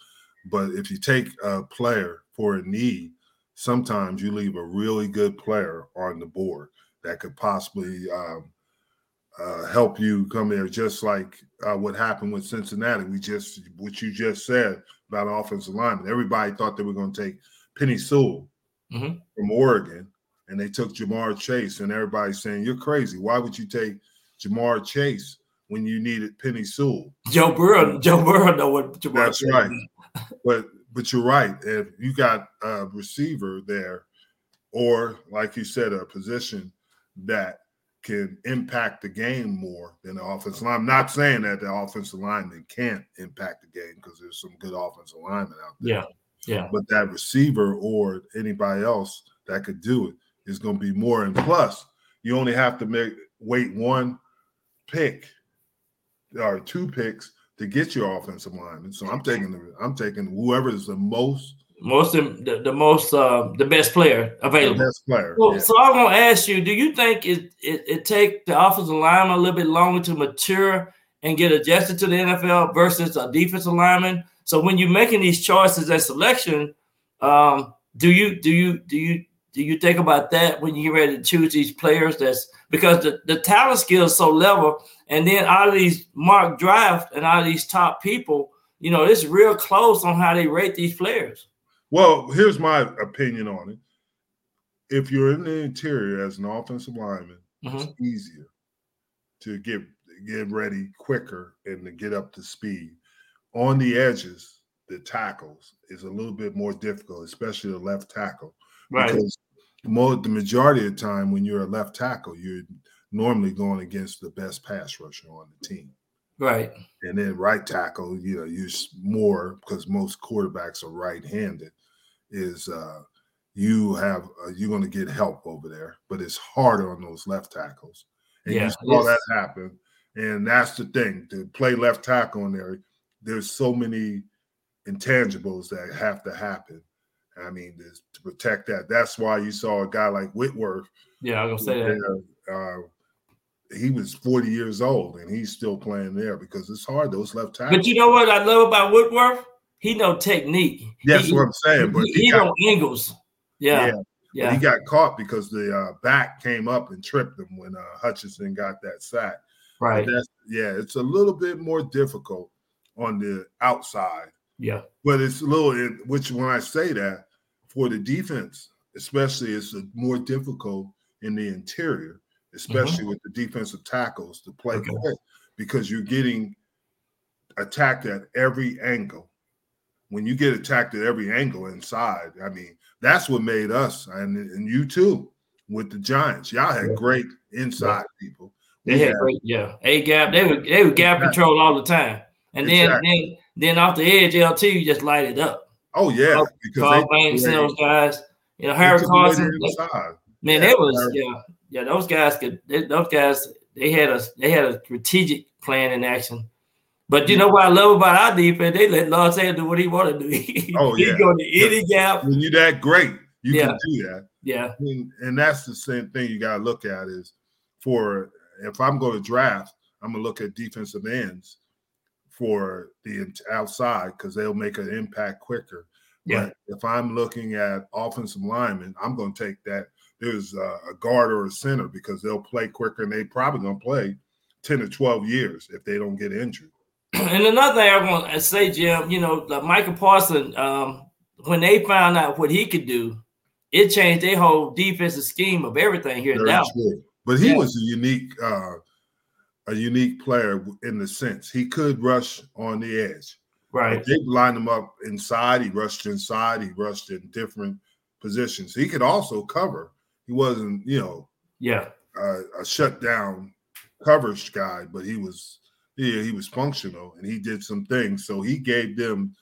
S5: But if you take a player for a need, sometimes you leave a really good player on the board that could possibly um, uh, help you come there, just like uh, what happened with Cincinnati. We just, what you just said about offensive linemen, everybody thought they were going to take Penny Sewell
S1: Mhm.
S5: from Oregon and they took Jamar Chase, and everybody's saying you're crazy. Why would you take Jamar Chase when you needed Penny Sewell?
S1: Joe Burrow, Joe Burrow know what Jamar
S5: That's
S1: Chase
S5: right.
S1: is.
S5: But but you're right. If you got a receiver there, or like you said, a position that can impact the game more than the offensive line. I'm not saying that the offensive lineman can't impact the game because there's some good offensive linemen out there.
S1: Yeah, yeah.
S5: But that receiver or anybody else that could do it is going to be more. And plus, you only have to make wait one pick or two picks to get your offensive lineman. So I'm taking the I'm taking whoever is the most
S1: Most of, the, the most uh, the best player
S5: the
S1: available.
S5: best player.
S1: Well,
S5: Yeah.
S1: so I'm gonna ask you: Do you think it, it it take the offensive lineman a little bit longer to mature and get adjusted to the NFL versus a defensive lineman? So when you're making these choices at selection, um, do you do you do you do you think about that when you get ready to choose these players? That's because the, the talent skill is so level, and then out of these mock draft and out of these top people, you know, it's real close on how they rate these players.
S5: Well, here's my opinion on it. If you're in the interior as an offensive lineman,
S1: Mhm.
S5: it's easier to get get ready quicker and to get up to speed. On the edges, the tackles is a little bit more difficult, especially the left tackle. Because mo the majority of the time when you're a left tackle, you're normally going against the best pass rusher on the team.
S1: right,
S5: And then right tackle, you know, use more because most quarterbacks are right-handed. Is uh, you have uh, you're going to get help over there, but it's harder on those left tackles. And
S1: Yeah,
S5: you saw
S1: it's-
S5: that happen, and that's the thing to play left tackle in there. There's so many intangibles that have to happen. I mean, this, to protect that. That's why you saw a guy like Whitworth
S1: yeah, I'm gonna say that.
S5: there, uh, he was 40 years old and he's still playing there because it's hard. Those left tackles.
S1: But you know what I love about Woodworth? He know technique.
S5: That's
S1: he,
S5: what I'm saying. But
S1: he,
S5: he,
S1: he
S5: got,
S1: know angles. Yeah,
S5: Yeah,
S1: yeah,
S5: but he got caught because the uh, back came up and tripped him when uh, Hutchinson got that sack. But
S1: right.
S5: that's- yeah, it's a little bit more difficult on the outside.
S1: Yeah,
S5: But it's a little, it, which when I say that for the defense, especially, it's a more difficult in the interior, especially with the defensive tackles to play
S1: Mm-hmm. Okay.
S5: quick because you're getting attacked at every angle. When you get attacked at every angle inside, I mean, that's what made us and, and you too with the Giants. Y'all had
S1: Yeah.
S5: great inside people.
S1: they had great. Yeah, a gap. They were they were gap
S5: Exactly.
S1: control all the time, and then then then off the edge, LT you just light it up.
S5: Oh, yeah.
S1: Oh,
S5: Because
S1: Carl
S5: they,
S1: Banks and
S5: they
S1: those guys. You know, Harry
S5: took away the
S1: Carson. they-
S5: inside.
S1: Man,
S5: Yeah,
S1: that was
S5: Harry-
S1: yeah, yeah. Those guys could. They, those guys, they had a they had a strategic plan in action. But you know what I love about our defense? They let Los do what he want to do.
S5: Oh,
S1: he
S5: yeah.
S1: go to any gap.
S5: When you're that great, you
S1: Yeah.
S5: can do that.
S1: Yeah.
S5: And, and that's the same thing you got to look at is for if I'm going to draft, I'm going to look at defensive ends for the outside because they'll make an impact quicker.
S1: Yeah.
S5: But if I'm looking at offensive linemen, I'm going to take that. There's a, a guard or a center because they'll play quicker and they probably going to play 10 to 12 years if they don't get injured.
S1: And another thing I want to say, Jim, you know, like Michael Parson, um, when they found out what he could do, it changed their whole defensive scheme of everything here in
S5: Very
S1: Dallas.
S5: true. But he
S1: Yeah.
S5: was a unique, uh, a unique player in the sense he could rush on the edge.
S1: Right.
S5: They lined him up inside. He rushed inside. He rushed in different positions. He could also cover. He wasn't, you know,
S1: Yeah.
S5: a, a shutdown coverage guy, but he was, yeah, he was functional and he did some things. So he gave them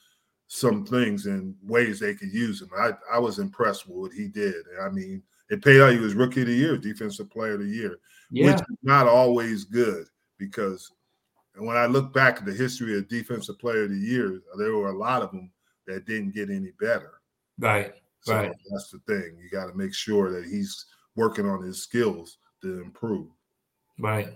S5: some things and ways they could use him. I, I was impressed with what he did. I mean, it paid out. He was rookie of the year, defensive player of the year
S1: Yeah.
S5: which is not always good because when I look back at the history of defensive player of the year, there were a lot of them that didn't get any better.
S1: right.
S5: So
S1: Right.
S5: that's the thing. You got to make sure that he's working on his skills to improve.
S1: Right.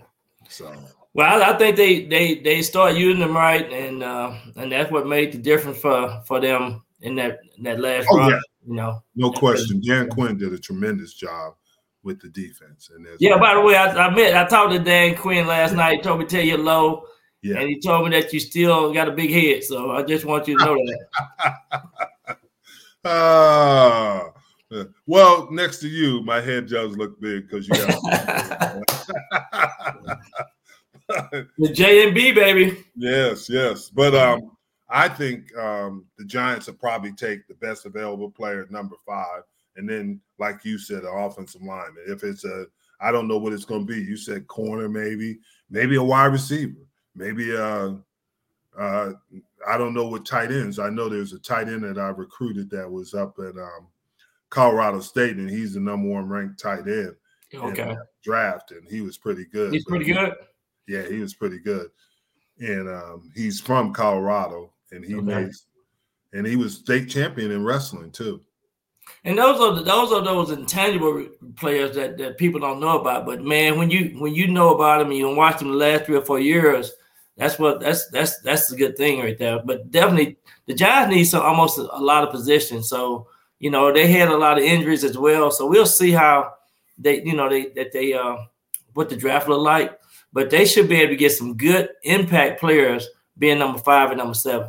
S5: So
S1: Well, I, I think they they they start using them right, and uh, and that's what made the difference for for them in that in that last
S5: Oh,
S1: round.
S5: yeah.
S1: You know.
S5: no question, Dan Quinn did a tremendous job with the defense. And there's-
S1: Yeah. By the way, I, I met I talked to Dan Quinn last night. He told me to tell you low,
S5: Yeah.
S1: and he told me that you still got a big head. So I just want you to know that.
S5: Ah, uh, well, next to you, my head does look big because you got.
S1: The JMB baby.
S5: Yes, yes. But um, I think um, the Giants will probably take the best available player at number five. And then, like you said, an offensive lineman. If it's a, I don't know what it's going to be. You said corner, maybe, maybe a wide receiver, maybe uh uh, I don't know what tight ends. I know there's a tight end that I recruited that was up at um, Colorado State, and he's the number one ranked tight end
S1: Okay.
S5: in the draft, and he was pretty good.
S1: He's
S5: but
S1: pretty good.
S5: yeah, he was pretty good. And um, he's from Colorado, and he
S1: Okay.
S5: made and he was state champion in wrestling too.
S1: And those are the, those are those intangible players that, that people don't know about. But man, when you when you know about them and you watch them the last three or four years, that's what that's that's that's a good thing right there. But definitely the Giants need some almost a, a lot of positions. So you know they had a lot of injuries as well. So we'll see how they you know they that they uh, what the draft look like. But they should be able to get some good impact players being number five and number seven.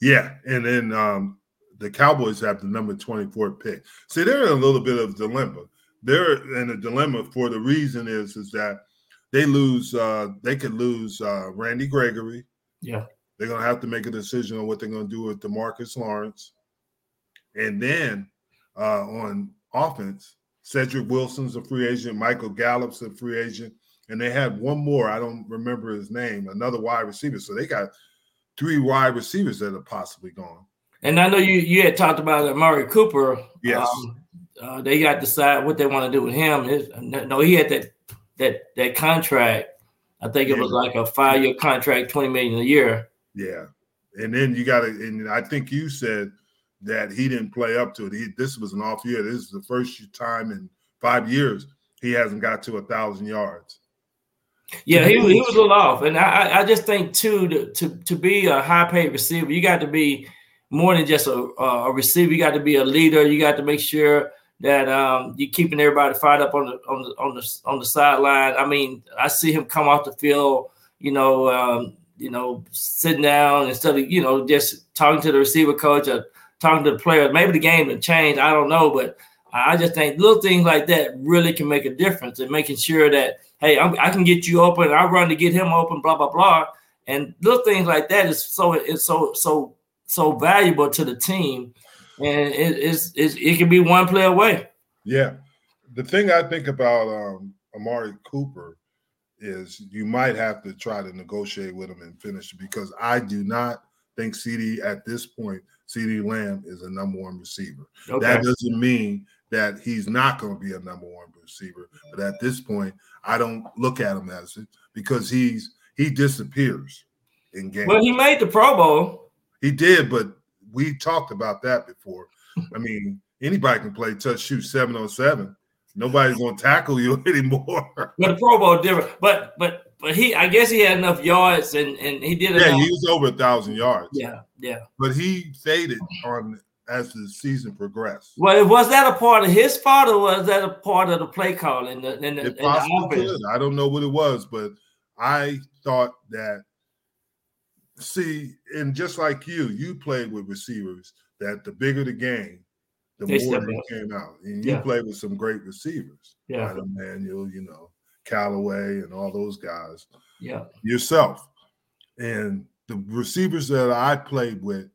S5: Yeah, and then um, the Cowboys have the number twenty four pick. See, they're in a little bit of dilemma. They're in a dilemma for the reason is is that they lose. Uh, they could lose uh, Randy Gregory.
S1: Yeah.
S5: they're gonna have to make a decision on what they're gonna do with Demarcus Lawrence, and then uh, on offense, Cedric Wilson's a free agent. Michael Gallup's a free agent. And they had one more, I don't remember his name, another wide receiver. So they got three wide receivers that are possibly gone.
S1: And I know you you had talked about Amari Cooper.
S5: Yes.
S1: Um, uh, they got to decide what they want to do with him. It's- no, he had that that that contract. I think it was
S5: Yeah.
S1: like a five year contract, twenty million a year.
S5: Yeah. And then you got to, and I think you said that he didn't play up to it. He, this was an off year. This is the first time in five years he hasn't got to a thousand yards.
S1: Yeah, he, was- he
S5: Mhm.
S1: was a little off, and I I- I just think too to to, to be a high paid receiver, you got to be more than just a, a a receiver. You got to be a leader. You got to make sure that um, you're keeping everybody fired up on the on the on the on the sideline. I mean, I see him come off the field, you know, um, you know, sitting down instead of you know just talking to the receiver coach or talking to the players. Maybe the game will change. I don't know, but I I just think little things like that really can make a difference in making sure that hey, I'm, I can get you open. I run to get him open. Blah blah blah. And little things like that is so it's so so so valuable to the team, and it is it can be one play away.
S5: Yeah. The thing I think about um, Amari Cooper is you might have to try to negotiate with him and finish because I do not think CD at this point, CD Lamb is a number one receiver.
S1: Okay.
S5: That doesn't mean that he's not going to be a number one receiver. But at this point, I don't look at him as it because he's he disappears in games.
S1: well, he made the Pro Bowl.
S5: He did, but we talked about that before. I mean, anybody can play touch shoot 707. Nobody's gonna tackle you anymore.
S1: But the Pro Bowl different. But but but he I guess he had enough yards and and he did
S5: yeah,
S1: enough.
S5: he was over a thousand yards.
S1: yeah, yeah.
S5: But he faded on as the season progressed.
S1: Well, was that a part of his fault or was that a part of the play call and the, and the, and
S5: It
S1: the
S5: possibly
S1: offense?
S5: could. I don't know what it was, but I thought that. See, and just like you, you played with receivers that the bigger the game, the
S1: They
S5: more
S1: step
S5: you
S1: up.
S5: came out, and you
S1: Yeah.
S5: played with some great receivers,
S1: Yeah,
S5: Right, Emmanuel, you know, Callaway, and all those guys
S1: yeah,
S5: yourself. And the receivers that I played with,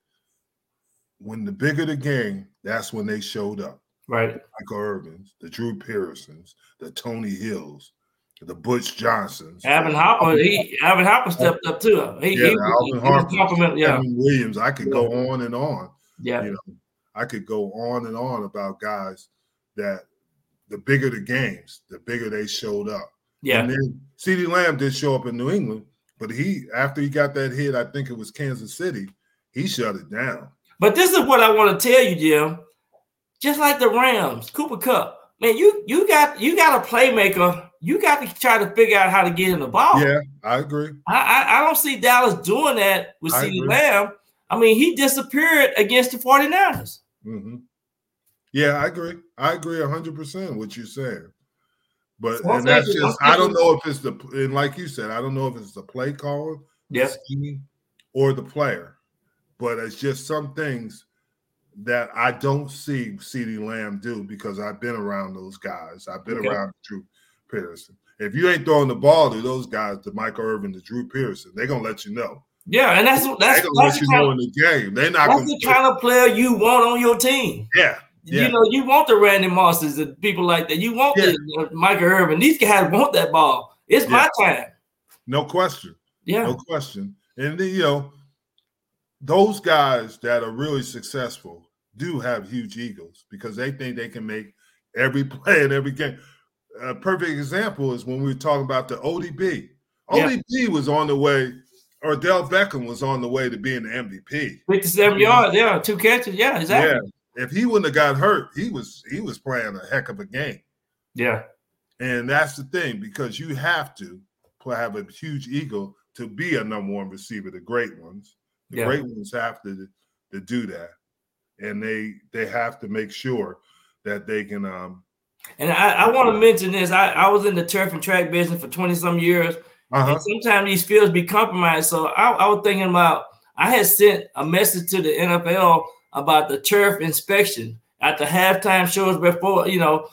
S5: when the bigger the game, that's when they showed up.
S1: right.
S5: Michael Irvins, the Drew Pearsons, the Tony Hills, the Butch Johnsons,
S1: Alvin Hopper, he Alvin Hopper stepped up too. He,
S5: yeah,
S1: he,
S5: the Alvin
S1: he
S5: Harper,
S1: was complimented. Yeah,
S5: Kevin Williams. I could go on and on.
S1: yeah,
S5: You know, I could go on and on about guys that the bigger the games, the bigger they showed up.
S1: yeah,
S5: And then CeeDee Lamb did show up in New England, but he after he got that hit, I think it was Kansas City, he shut it down.
S1: But this is what I want to tell you, Jim. Just like the Rams, Cooper Cup, man, you you got you got a playmaker. You got to try to figure out how to get him the ball.
S5: Yeah, I agree.
S1: I, I, I don't see Dallas doing that with
S5: I
S1: CeeDee
S5: agree.
S1: Lamb. I mean, he disappeared against the 49ers.
S5: hmm Yeah, I agree. I agree hundred percent what you're saying. But
S1: So I'm
S5: and that's
S1: thinking-
S5: just
S1: I'm
S5: I don't
S1: thinking-
S5: know if it's the and like you said, I don't know if it's the play calling, the
S1: Yeah.
S5: scheme, or the player. But it's just some things that I don't see CeeDee Lamb do because I've been around those guys. I've been
S1: Okay.
S5: around Drew Pearson. If you ain't throwing the ball to those guys, to Michael Irvin, to Drew Pearson, they're gonna let you know.
S1: Yeah, and that's
S5: They're
S1: that's
S5: gonna let
S1: that's the
S5: you
S1: kind
S5: know in the game. They're not
S1: that's
S5: gonna
S1: the kind of player you want on your team.
S5: yeah. Yeah.
S1: You know, you want the Randy Mosses and people like that. You want
S5: Yeah.
S1: the uh, Michael Irvin. These guys want that ball. It's my time.
S5: No question.
S1: Yeah,
S5: no question. And then, you know, those guys that are really successful do have huge egos because they think they can make every play in every game. A perfect example is when we were talking about the ODB.
S1: Yeah.
S5: ODB was on the way, or Dell Beckham was on the way to being the MVP.
S1: fifty-seven
S5: Yeah.
S1: yards. Yeah, two catches. Yeah, exactly.
S5: Yeah, if he wouldn't have got hurt, he was he was playing a heck of a game.
S1: Yeah,
S5: And that's the thing because you have to pl- have a huge ego to be a number one receiver. The great ones, the
S1: Yeah.
S5: great ones have to to do that, and they they have to make sure that they can. Um,
S1: and I, I want to mention this. I, I was in the turf and track business for twenty some years.
S5: uh-huh.
S1: And sometimes these fields be compromised. So I, I was thinking about I had sent a message to the NFL about the turf inspection at the halftime shows before, you know,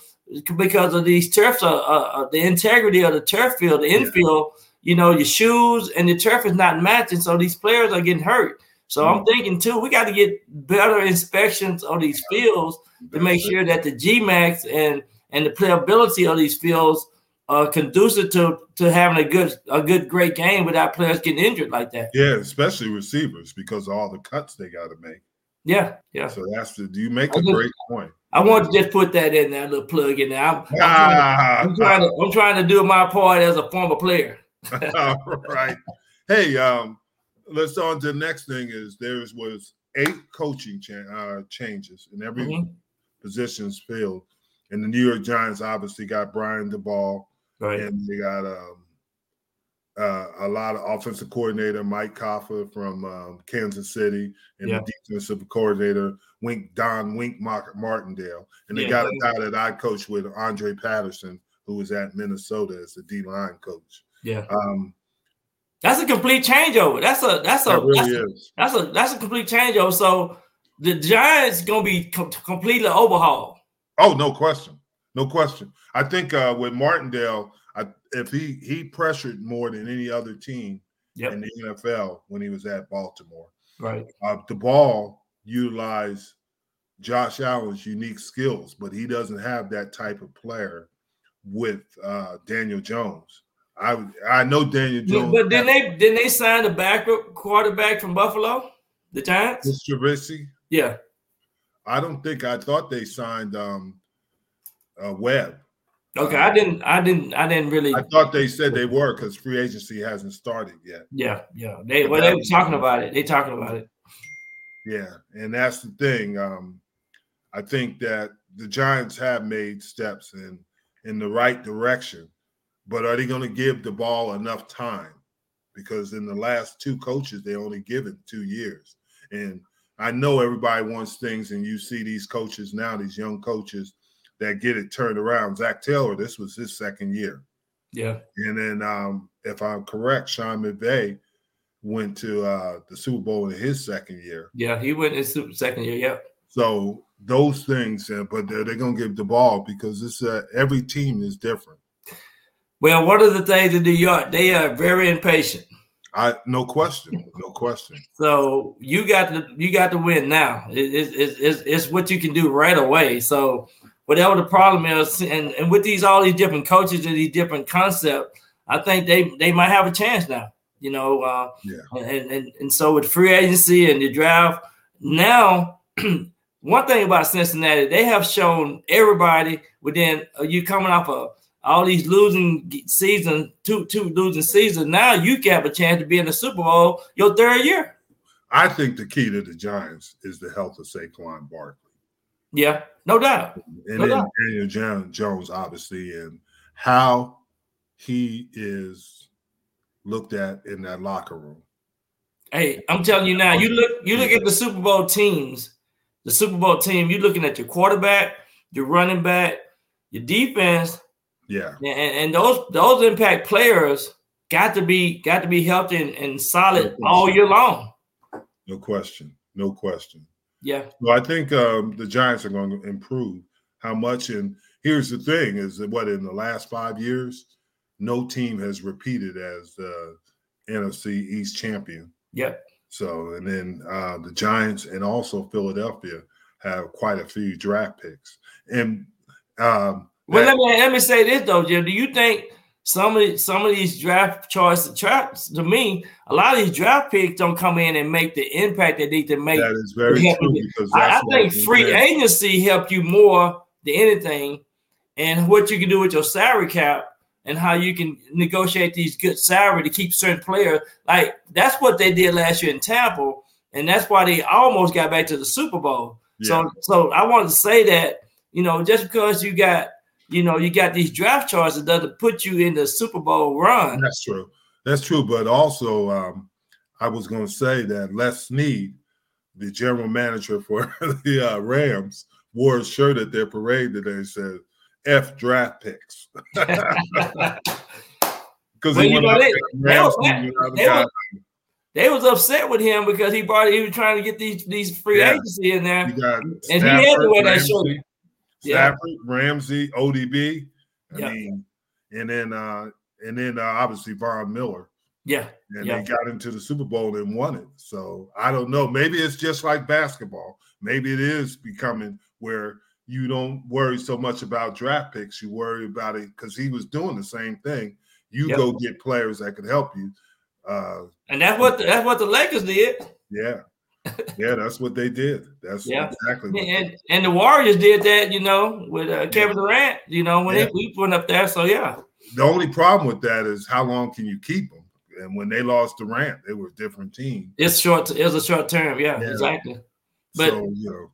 S1: because of these turfs, are, are, are the integrity of the turf field, the infield, you know, your shoes and the turf is not matching. So these players are getting hurt. So I'm thinking too, we got to get better inspections on these fields to make sure that the G-Max and and the playability of these fields are conducive to to having a good a good great game without players getting injured like that.
S5: Yeah, especially receivers because of all the cuts they got to make.
S1: Yeah, yeah.
S5: So that's the you make
S1: I
S5: a
S1: think-
S5: great point.
S1: I want to just put that in there, little plug in there. I'm, I'm trying,
S5: Ah,
S1: I'm, trying to, I'm trying to do my part as a former player.
S5: all right. Hey, um, let's on to the next thing. Is there's was eight coaching cha- uh, changes in every
S1: Mhm.
S5: positions filled. And the New York Giants obviously got Brian DeBall,
S1: Right.
S5: and they got um, uh, a lot of offensive coordinator Mike Kaffa from um, Kansas City, and
S1: Yeah.
S5: the defensive coordinator Wink Don Wink Mar- Martindale, and they
S1: Yeah.
S5: got a guy that I coached with Andre Patterson, who was at Minnesota as the D line coach.
S1: Yeah.
S5: Um,
S1: That's a complete changeover. That's a that's a
S5: that
S1: that's a-
S5: really is.
S1: That's a that's a complete changeover. So the Giants gonna be com- completely overhauled.
S5: Oh, no question, no question. I think uh, with Martindale, I, if he he pressured more than any other team
S1: Yep.
S5: in the NFL when he was at Baltimore.
S1: Right.
S5: Uh, the ball utilized Josh Allen's unique skills, but he doesn't have that type of player with uh, Daniel Jones. I would- I know Daniel Jones.
S1: But then they then they signed the backup quarterback from Buffalo, the Giants.
S5: Mr. Trubisky.
S1: Yeah.
S5: I don't think I thought they signed um, uh, Webb.
S1: Okay. I didn't. I didn't. I didn't really.
S5: I thought they said they were because free agency hasn't started yet.
S1: Yeah. Yeah. They well they were talking about it. They talking about it.
S5: Yeah, and that's the thing. Um, I think that the Giants have made steps in in the right direction, but are they going to give the ball enough time? Because in the last two coaches, they only given two years, and I know everybody wants things, and you see these coaches now, these young coaches that get it turned around. Zach Taylor, this was his second year.
S1: Yeah.
S5: And then, um, if I'm correct, Sean McVay went to uh, the Super Bowl in his second year.
S1: Yeah, he went his super- second year. Yeah.
S5: So those things, uh, but they're, they're going to give the ball because it's uh, every team is different.
S1: Well, one of the things in New York, they are very impatient.
S5: I no question, no question.
S1: So you got to you got to win now. It, it, it, it's, it's what you can do right away. So whatever the problem is, and, and with these all these different coaches and these different concepts, I think they they might have a chance now. You know, uh,
S5: Yeah.
S1: and, and and so with free agency and the draft now. One thing about Cincinnati, they have shown everybody within uh, you coming off of all these losing ge- season, two two losing seasons. Now you can have a chance to be in the Super Bowl your third year.
S5: I think the key to the Giants is the health of Saquon Barkley
S1: Yeah, no doubt.
S5: and
S1: No
S5: then
S1: doubt.
S5: Daniel Jan- Jones, obviously, and how he is looked at in that locker room.
S1: Hey, I'm telling you now. You look, you look at the Super Bowl teams. The Super Bowl team. You're looking at your quarterback, your running back, your defense,
S5: Yeah,
S1: and, and those those impact players got to be got to be healthy and, and solid all year long.
S5: no question, no question.
S1: Yeah,
S5: Well, I think um, the Giants are going to improve. How much? And here's the thing: is that what in the last five years, no team has repeated as the NFC East champion.
S1: Yep.
S5: So, and then uh, the Giants and also Philadelphia have quite a few draft picks. And um,
S1: Well,
S5: that-
S1: let me let me say this though, Jim. Do you think some of the- some of these draft choices, traps to me, a lot of these draft picks don't come in and make the impact they need to make?
S5: that is very
S1: Yeah.
S5: true because
S1: I, I
S5: that's what
S1: think
S5: we
S1: free
S5: said.
S1: agency helped you more than anything, and what you can do with your salary cap and how you can negotiate these good salary to keep certain players. Like that's what they did last year in Tampa, and that's why they almost got back to the Super Bowl.
S5: Yeah.
S1: So, so I wanted to say that you know just because you got you know you got these draft choices doesn't put you in the Super Bowl run.
S5: That's true. That's true. But also, um, I was going to say that Les Snead, the general manager for the uh, Rams, wore a shirt at their parade today that said "F draft picks" because
S1: Well, you know, they- they were- they
S5: guy.
S1: were- They was upset with him because he brought he was trying to get these these free
S5: Yeah.
S1: agency in there.
S5: You got
S1: he had to wear that
S5: Ramsey,
S1: shirt. Yeah.
S5: Stafford, Ramsey, ODB. I
S1: Yeah.
S5: mean, and then uh, and then uh, obviously Von Miller.
S1: Yeah,
S5: and
S1: Yeah.
S5: they got into the Super Bowl and won it. So I don't know. Maybe it's just like basketball. Maybe it is becoming where you don't worry so much about draft picks. You worry about it because he was doing the same thing. You
S1: Yep.
S5: go get players that could help you. Uh,
S1: and that's what the, that's what the Lakers did,
S5: yeah, yeah, that's what they did. That's
S1: Yeah.
S5: exactly
S1: and
S5: what they
S1: and, and the Warriors did that. You know, with uh, Kevin Durant. You know, when
S5: Yeah.
S1: they we went up there. So yeah,
S5: The only problem with that is how long can you keep them? And when they lost Durant, they were a different team.
S1: it's short. It's a short term. Yeah,
S5: Yeah.
S1: exactly. But-
S5: so you know.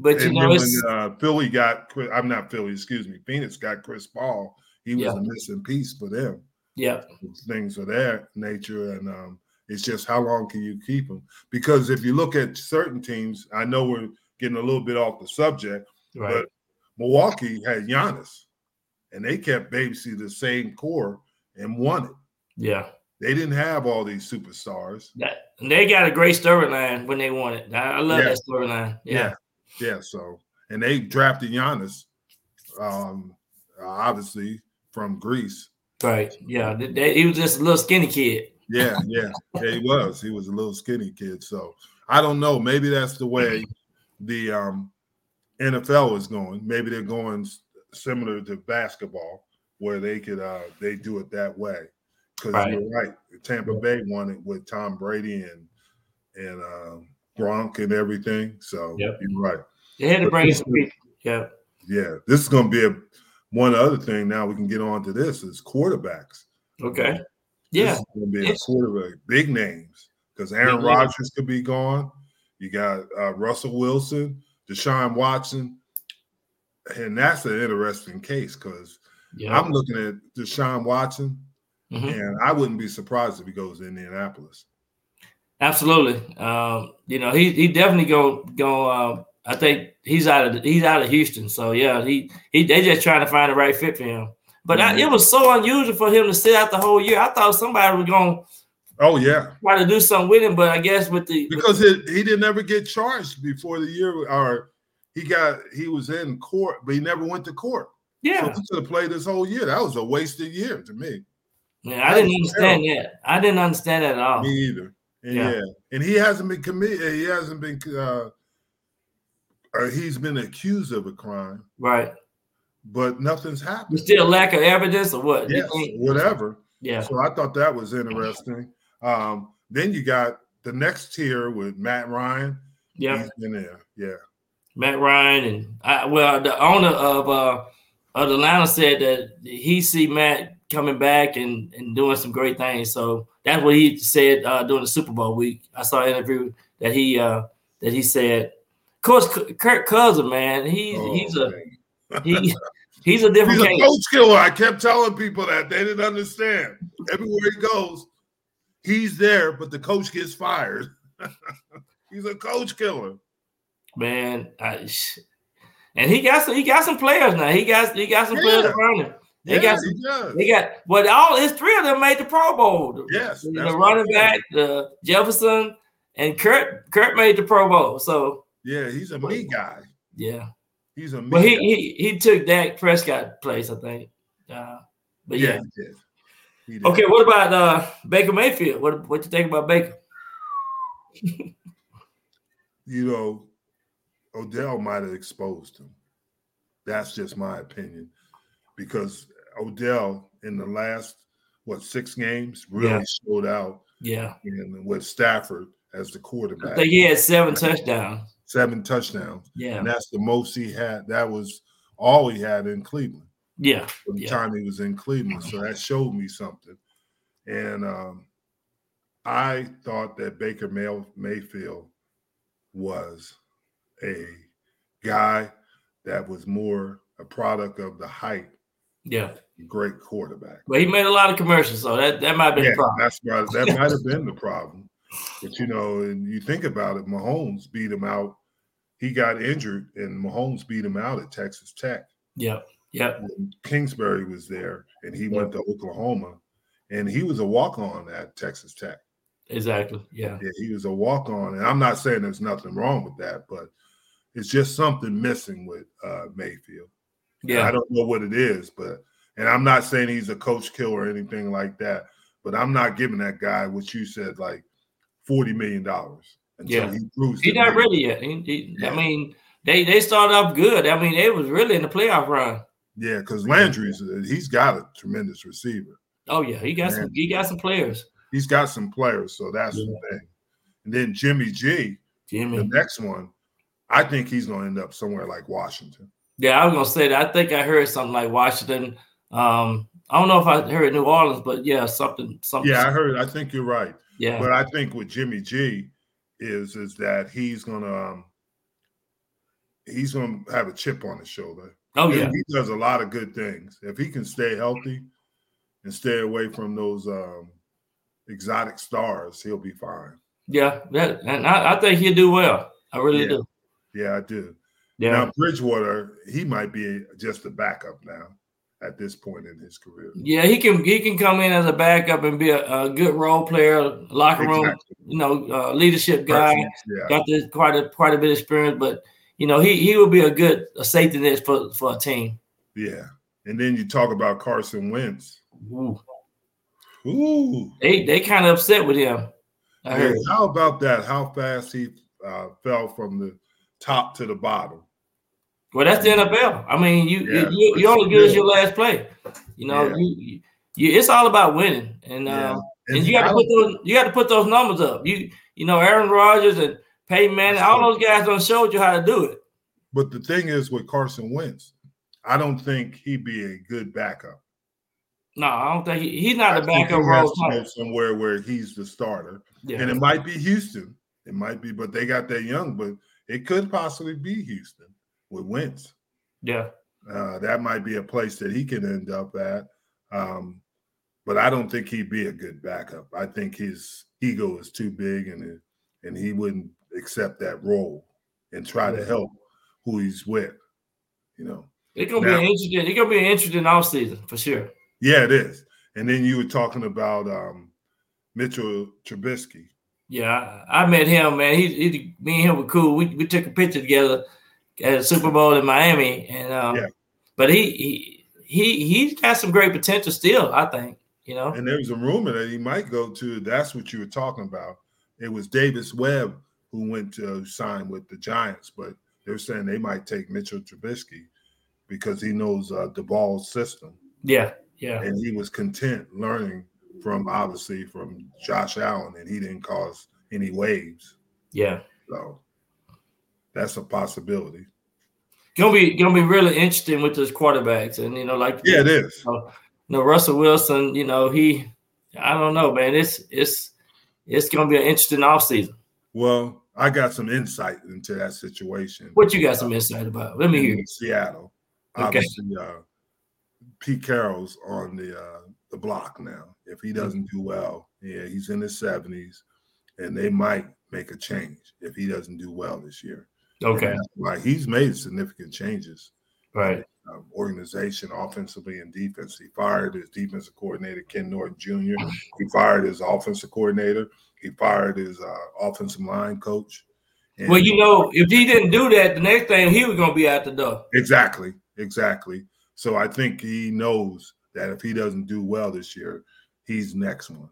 S1: But you
S5: and
S1: know,
S5: then
S1: it's
S5: when uh, Philly got, Chris- I'm not Philly, excuse me, Phoenix got Chris Paul. He was
S1: Yeah.
S5: a missing piece for them.
S1: yeah,
S5: Things of that nature, and um, it's just how long can you keep them? Because if you look at certain teams, I know we're getting a little bit off the subject.
S1: right.
S5: But Milwaukee had Giannis, and they kept basically the same core and won it.
S1: yeah,
S5: They didn't have all these superstars.
S1: that and they got a great storyline when they won it. I, I love
S5: Yeah.
S1: that storyline. Yeah.
S5: Yeah, so and they drafted Giannis, um, uh, obviously from Greece.
S1: right. Yeah, they, they- he was just a little skinny kid.
S5: Yeah, yeah, yeah, he was. He was a little skinny kid. So I don't know. Maybe that's the way the um, NFL is going. Maybe they're going s- similar to basketball, where they could uh, they do it that way. Because
S1: Right.
S5: you're right, Tampa Bay won it with Tom Brady and and uh, Gronk and everything. So
S1: Yep.
S5: you're right.
S1: They had to
S5: But
S1: bring
S5: this
S1: some people. Yeah,
S5: Yeah, this is going to be a one other thing. Now we can get on to this is quarterbacks.
S1: okay.
S5: This
S1: Yeah,
S5: is going to be a
S1: Yes.
S5: quarterback, big names because Aaron
S1: Big names.
S5: Rodgers could be gone. You got uh, Russell Wilson. Deshaun Watson, and that's an interesting case because yeah. I'm looking at Deshaun Watson, mm-hmm. and I wouldn't be surprised if he goes to Indianapolis.
S1: Absolutely, um, you know he he definitely go go. Uh, I think he's out of he's out of Houston, so yeah, he he they just trying to find the right fit for him. But mm-hmm. I, it was so unusual for him to sit out the whole year. I thought somebody was going. to
S5: Oh yeah,
S1: try to do something with him, but I guess with the
S5: because with, he, he didn't ever get charged before the year, or he got he was in court, but he never went to court.
S1: Yeah,
S5: so he should have played this whole year. That was a wasted year to me.
S1: Yeah, that I didn't understand terrible. that. I didn't understand that at all.
S5: Me either. And yeah. yeah. and he hasn't been committed. He hasn't been. Uh, or he's been accused of a crime.
S1: Right.
S5: But nothing's happened.
S1: There's still lack of evidence or what?
S5: Yes, whatever.
S1: Yeah.
S5: So I thought that was interesting. Um, then you got the next tier with Matt Ryan.
S1: Yeah,
S5: in there. Yeah,
S1: Matt Ryan and I, well, the owner of uh, of Atlanta said that he see Matt coming back and, and doing some great things. So that's what he said uh, during the Super Bowl week. I saw an interview that he uh, that he said. Of course, Kirk Cousin, man, he oh, he's a man. he. He's a different
S5: he's a coach killer. I kept telling people that they didn't understand. Everywhere he goes, he's there, but the coach gets fired. he's a coach killer.
S1: Man, I, and he got some, he got some players now. He got he got some yeah. players around him. They yeah, got some, does. they got but all his three of them made the Pro Bowl.
S5: Yes,
S1: the running back, the Jefferson, and Kurt. Kurt made the Pro Bowl. So
S5: yeah, he's a me guy.
S1: Yeah,
S5: he's a me.
S1: Well, he, he he took Dak Prescott place, I think. Uh, but yeah, yeah Okay, what about uh, Baker Mayfield? What what you think about Baker?
S5: you know, Odell might have exposed him. That's just my opinion, because Odell in the last what six games really yeah. showed out.
S1: Yeah,
S5: and with Stafford as the quarterback, I
S1: think he had seven touchdowns.
S5: Seven touchdowns.
S1: Yeah,
S5: and that's the most he had. That was all he had in Cleveland.
S1: Yeah.
S5: From the
S1: yeah.
S5: time he was in Cleveland. So that showed me something. And um, I thought that Baker May- Mayfield was a guy that was more a product of the hype.
S1: Yeah.
S5: Great quarterback.
S1: But he made a lot of commercials, so that, that might have been yeah, the problem.
S5: That's right. That might have been the problem. But you know, and you think about it, Mahomes beat him out. He got injured, and Mahomes beat him out at Texas Tech.
S1: Yeah. Yeah.
S5: Kingsbury was there and he yep. went to Oklahoma and he was a walk on at Texas Tech.
S1: Exactly. Yeah. yeah
S5: he was a walk on. And I'm not saying there's nothing wrong with that, but it's just something missing with uh, Mayfield. Yeah. And I don't know what it is, but, and I'm not saying he's a coach killer or anything like that, but I'm not giving that guy what you said, like $40 million.
S1: yeah. He proves He's not really yet. He, he, yeah. I mean, they, they started off good. I mean, they was really in the playoff run.
S5: Yeah, because Landry's uh, he's got a tremendous receiver.
S1: Oh yeah, he got Landry. some he got some players.
S5: He's got some players, so that's yeah. the thing. And then Jimmy G,
S1: Jimmy,
S5: the next one, I think he's gonna end up somewhere like Washington.
S1: Yeah, I was gonna say that. I think I heard something like Washington. Um, I don't know if I heard New Orleans, but yeah, something, something.
S5: Yeah, I heard. I think you're right.
S1: Oh. Yeah,
S5: but I think with Jimmy G is is that he's gonna um, he's gonna have a chip on his shoulder.
S1: Oh yeah,
S5: he does a lot of good things. If he can stay healthy and stay away from those um, exotic stars, he'll be fine.
S1: Yeah, that, and I, I, think he'll do well. I really
S5: yeah.
S1: do.
S5: Yeah, I do.
S1: Yeah.
S5: Now Bridgewater, he might be just a backup now at this point in his career.
S1: Yeah, he can he can come in as a backup and be a, a good role player, locker exactly. room, you know, uh, leadership guy. Yeah. Got this, quite a quite a bit of experience, but you know, he he would be a good a safety net for, for a team.
S5: Yeah. And then you talk about Carson Wentz.
S1: Ooh.
S5: Ooh.
S1: They they kind of upset with him.
S5: Hey,
S1: Oh.
S5: how about that? How fast he uh, fell from the top to the bottom.
S1: Well, that's the NFL. I mean, you yeah, you, you only good as your last play. You know, yeah. you, you, it's all about winning, and yeah. um, and, and you got to put those you got to put those numbers up. You you know, Aaron Rodgers and Peyton Manning, all those guys don't showed you how to do it.
S5: But the thing is with Carson Wentz, I don't think he'd be a good backup.
S1: No, I don't think he, he's not I a backup role
S5: somewhere where he's the starter.
S1: Yeah.
S5: And it might be Houston. It might be, but they got that young, but It could possibly be Houston with Wentz.
S1: Yeah.
S5: Uh, that might be a place that he can end up at. Um, but I don't think he'd be a good backup. I think his ego is too big, and and he wouldn't accept that role and try to help who he's with. You know,
S1: It's gonna be
S5: Now-
S1: an interesting. It's gonna be an interesting offseason for sure.
S5: yeah, it is. And then you were talking about um, Mitchell Trubisky.
S1: Yeah, I, I met him, man. He, he, me and him were cool. We, we took a picture together at a Super Bowl in Miami, and um,
S5: Yeah.
S1: but he, he he he's got some great potential still. I think you know.
S5: And there was a rumor that he might go to. That's what you were talking about. It was Davis Webb who went to sign with the Giants, but they're saying they might take Mitchell Trubisky because he knows uh, the ball system.
S1: Yeah, yeah,
S5: and he was content learning from obviously from Josh Allen, and he didn't cause any waves.
S1: yeah.
S5: So that's a possibility.
S1: Gonna be gonna be really interesting with those quarterbacks, and you know, like
S5: Yeah, it is.
S1: you know, Russell Wilson. You know, he. I don't know, man. It's it's it's gonna be an interesting offseason.
S5: Well, I got some insight into that situation.
S1: What you got some insight about? Let me hear.
S5: in Seattle.
S1: Okay.
S5: Obviously, uh, Pete Carroll's on the uh, the block now. If
S1: Mm-hmm.
S5: he doesn't do well, yeah, he's in his seventies, and they might make a change if he doesn't do well this year.
S1: You. Okay,
S5: Like he's made significant changes.
S1: right.
S5: um, organization offensively and defense. He fired his defensive coordinator, Ken Norton Jr. He fired his offensive coordinator. He fired his uh, offensive line coach. And-
S1: Well, you know, if he didn't do that, the next thing he was gonna be out the door.
S5: exactly, exactly. So I think he knows that if he doesn't do well this year, he's next one.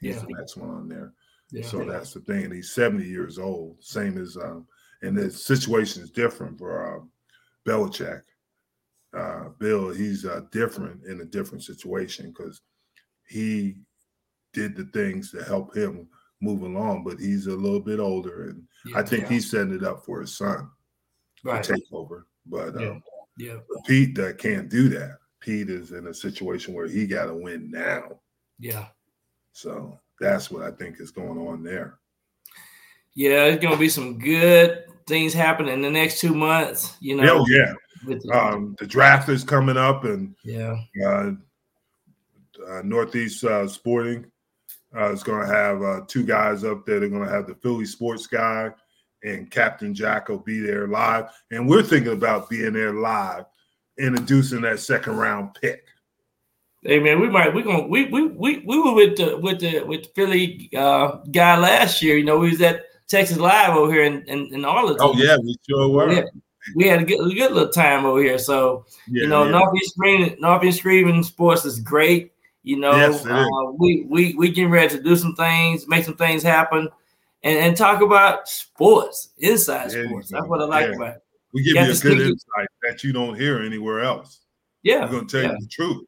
S5: He's
S1: Yeah.
S5: the next one on there.
S1: Yeah.
S5: So that's the thing. And he's 70 years old, same as um, and the situation is different for um Belichick. Uh Bill, he's uh different in a different situation because he did the things to help him move along, but he's a little bit older and I think
S1: yeah.
S5: he's setting it up for his son
S1: right.
S5: to take over. But um,
S1: Yeah. Yeah,
S5: Pete that can't do that. Pete is in a situation where he gotta win now.
S1: yeah,
S5: So that's what I think is going on there.
S1: yeah. It's gonna be some good things happening in the next two months. You know.
S5: Hell Oh, yeah.
S1: with the-
S5: um, the draft is coming up, and
S1: yeah.
S5: uh, uh, Northeast uh, Sporting uh, is going to have uh, two guys up there. They're going to have the Philly sports guy and Captain Jack will be there live, and we're thinking about being there live, introducing that second round pick.
S1: Hey man, we might we gonna we we we we were with the with the with the Philly uh, guy last year. You know, we was at Texas Live over here in in, in Arlington.
S5: Oh, we sure
S1: Yeah. We had a good, a good little time over here. So you know, Northeast Screen, Northeast Screen Sports is great. You know,
S5: Yes, it is.
S1: uh, we we we getting ready to do some things, make some things happen, and, and talk about sports, inside
S5: Yeah,
S1: sports.
S5: you
S1: That's
S5: know,
S1: what I like
S5: yeah.
S1: about. It.
S5: we give
S1: yeah,
S5: you a
S1: just
S5: good
S1: give you-
S5: insight that you don't hear anywhere else. We're
S1: Yeah,
S5: going to tell
S1: yeah.
S5: you the truth.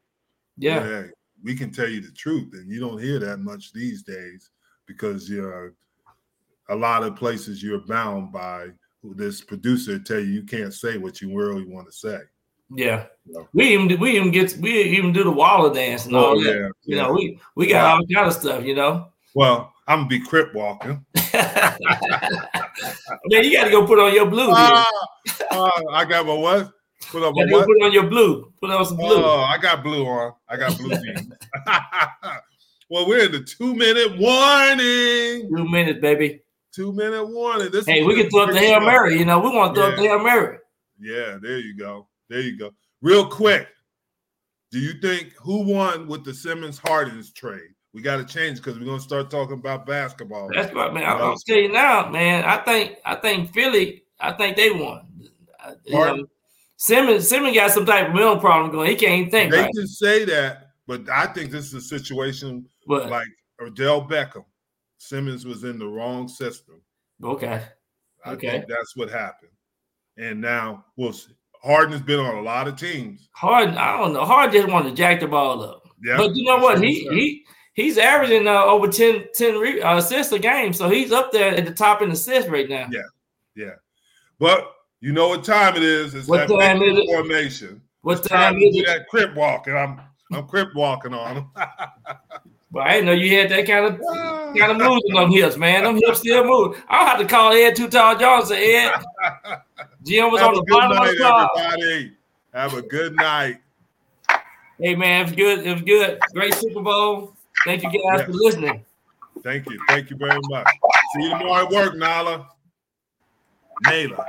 S1: yeah,
S5: Hey, we can tell you the truth, and you don't hear that much these days because you know a lot of places you're bound by this producer tell you you can't say what you really want to say.
S1: yeah.
S5: Yeah. Oh,
S1: We even do- we even get we even do the wall of dance and all that. You know, we we got all kind of stuff. You know,
S5: Well, I'm gonna be crip walking.
S1: man, you got to go put on your blue. man.
S5: Ah, ah, I got my what? Put up my
S1: You gotta go
S5: what?
S1: put on your blue. Put on some blue.
S5: Oh, I got blue on. I got blue jeans. well, we're in the two minute warning.
S1: Two minutes, baby.
S5: Two minute warning. This
S1: Hey,
S5: is
S1: we
S5: just
S1: can throw up the
S5: great
S1: hail
S5: show.
S1: mary. You know, we want to throw up
S5: Yeah.
S1: the hail mary.
S5: Yeah, there you go. There you go. Real quick, do you think who won with the Simmons Hardens trade? We got to change because we're gonna start talking about basketball.
S1: That's what man.
S5: You know,
S1: I'll I'll tell you now, man. I think I think Philly. I think they won. I- you
S5: Pardon?
S1: know, Simmons Simmons got some type of mental problem going. He can't even think
S5: they
S1: right.
S5: can say that, but I think this is a situation
S1: But
S5: like Odell Beckham. Simmons was in the wrong system.
S1: okay,
S5: I
S1: Okay.
S5: think that's what happened. And now we'll see. Harden's been on a lot of teams.
S1: Hard. I don't know. Hard just wanted to jack the ball up.
S5: Yeah,
S1: But you know
S5: that's
S1: what?
S5: he
S1: He
S5: said.
S1: he he's averaging uh, over 10, 10 re- uh, assists a game, so he's up there at the top in assists right now.
S5: Yeah. but you know what time it is? It's
S1: What
S5: that
S1: time
S5: big
S1: is it?
S5: formation.
S1: What time
S5: trying to
S1: is
S5: do
S1: it?
S5: that crip walk, and I'm I'm crip walking on him.
S1: But I didn't know you had that kind of kind of moves on them hips, man. Them hips still moving. I'll have to call Ed Two Tall Jones and say, Ed, Jim was
S5: Have
S1: on
S5: a
S1: the
S5: good
S1: bottom of the
S5: night,
S1: car.
S5: everybody. Have a good night.
S1: Hey man, it was good. It was good. Great Super Bowl. Thank you guys for
S5: Yes.
S1: listening.
S5: Thank you. Thank you very much. See you tomorrow at work, Nala. Nala.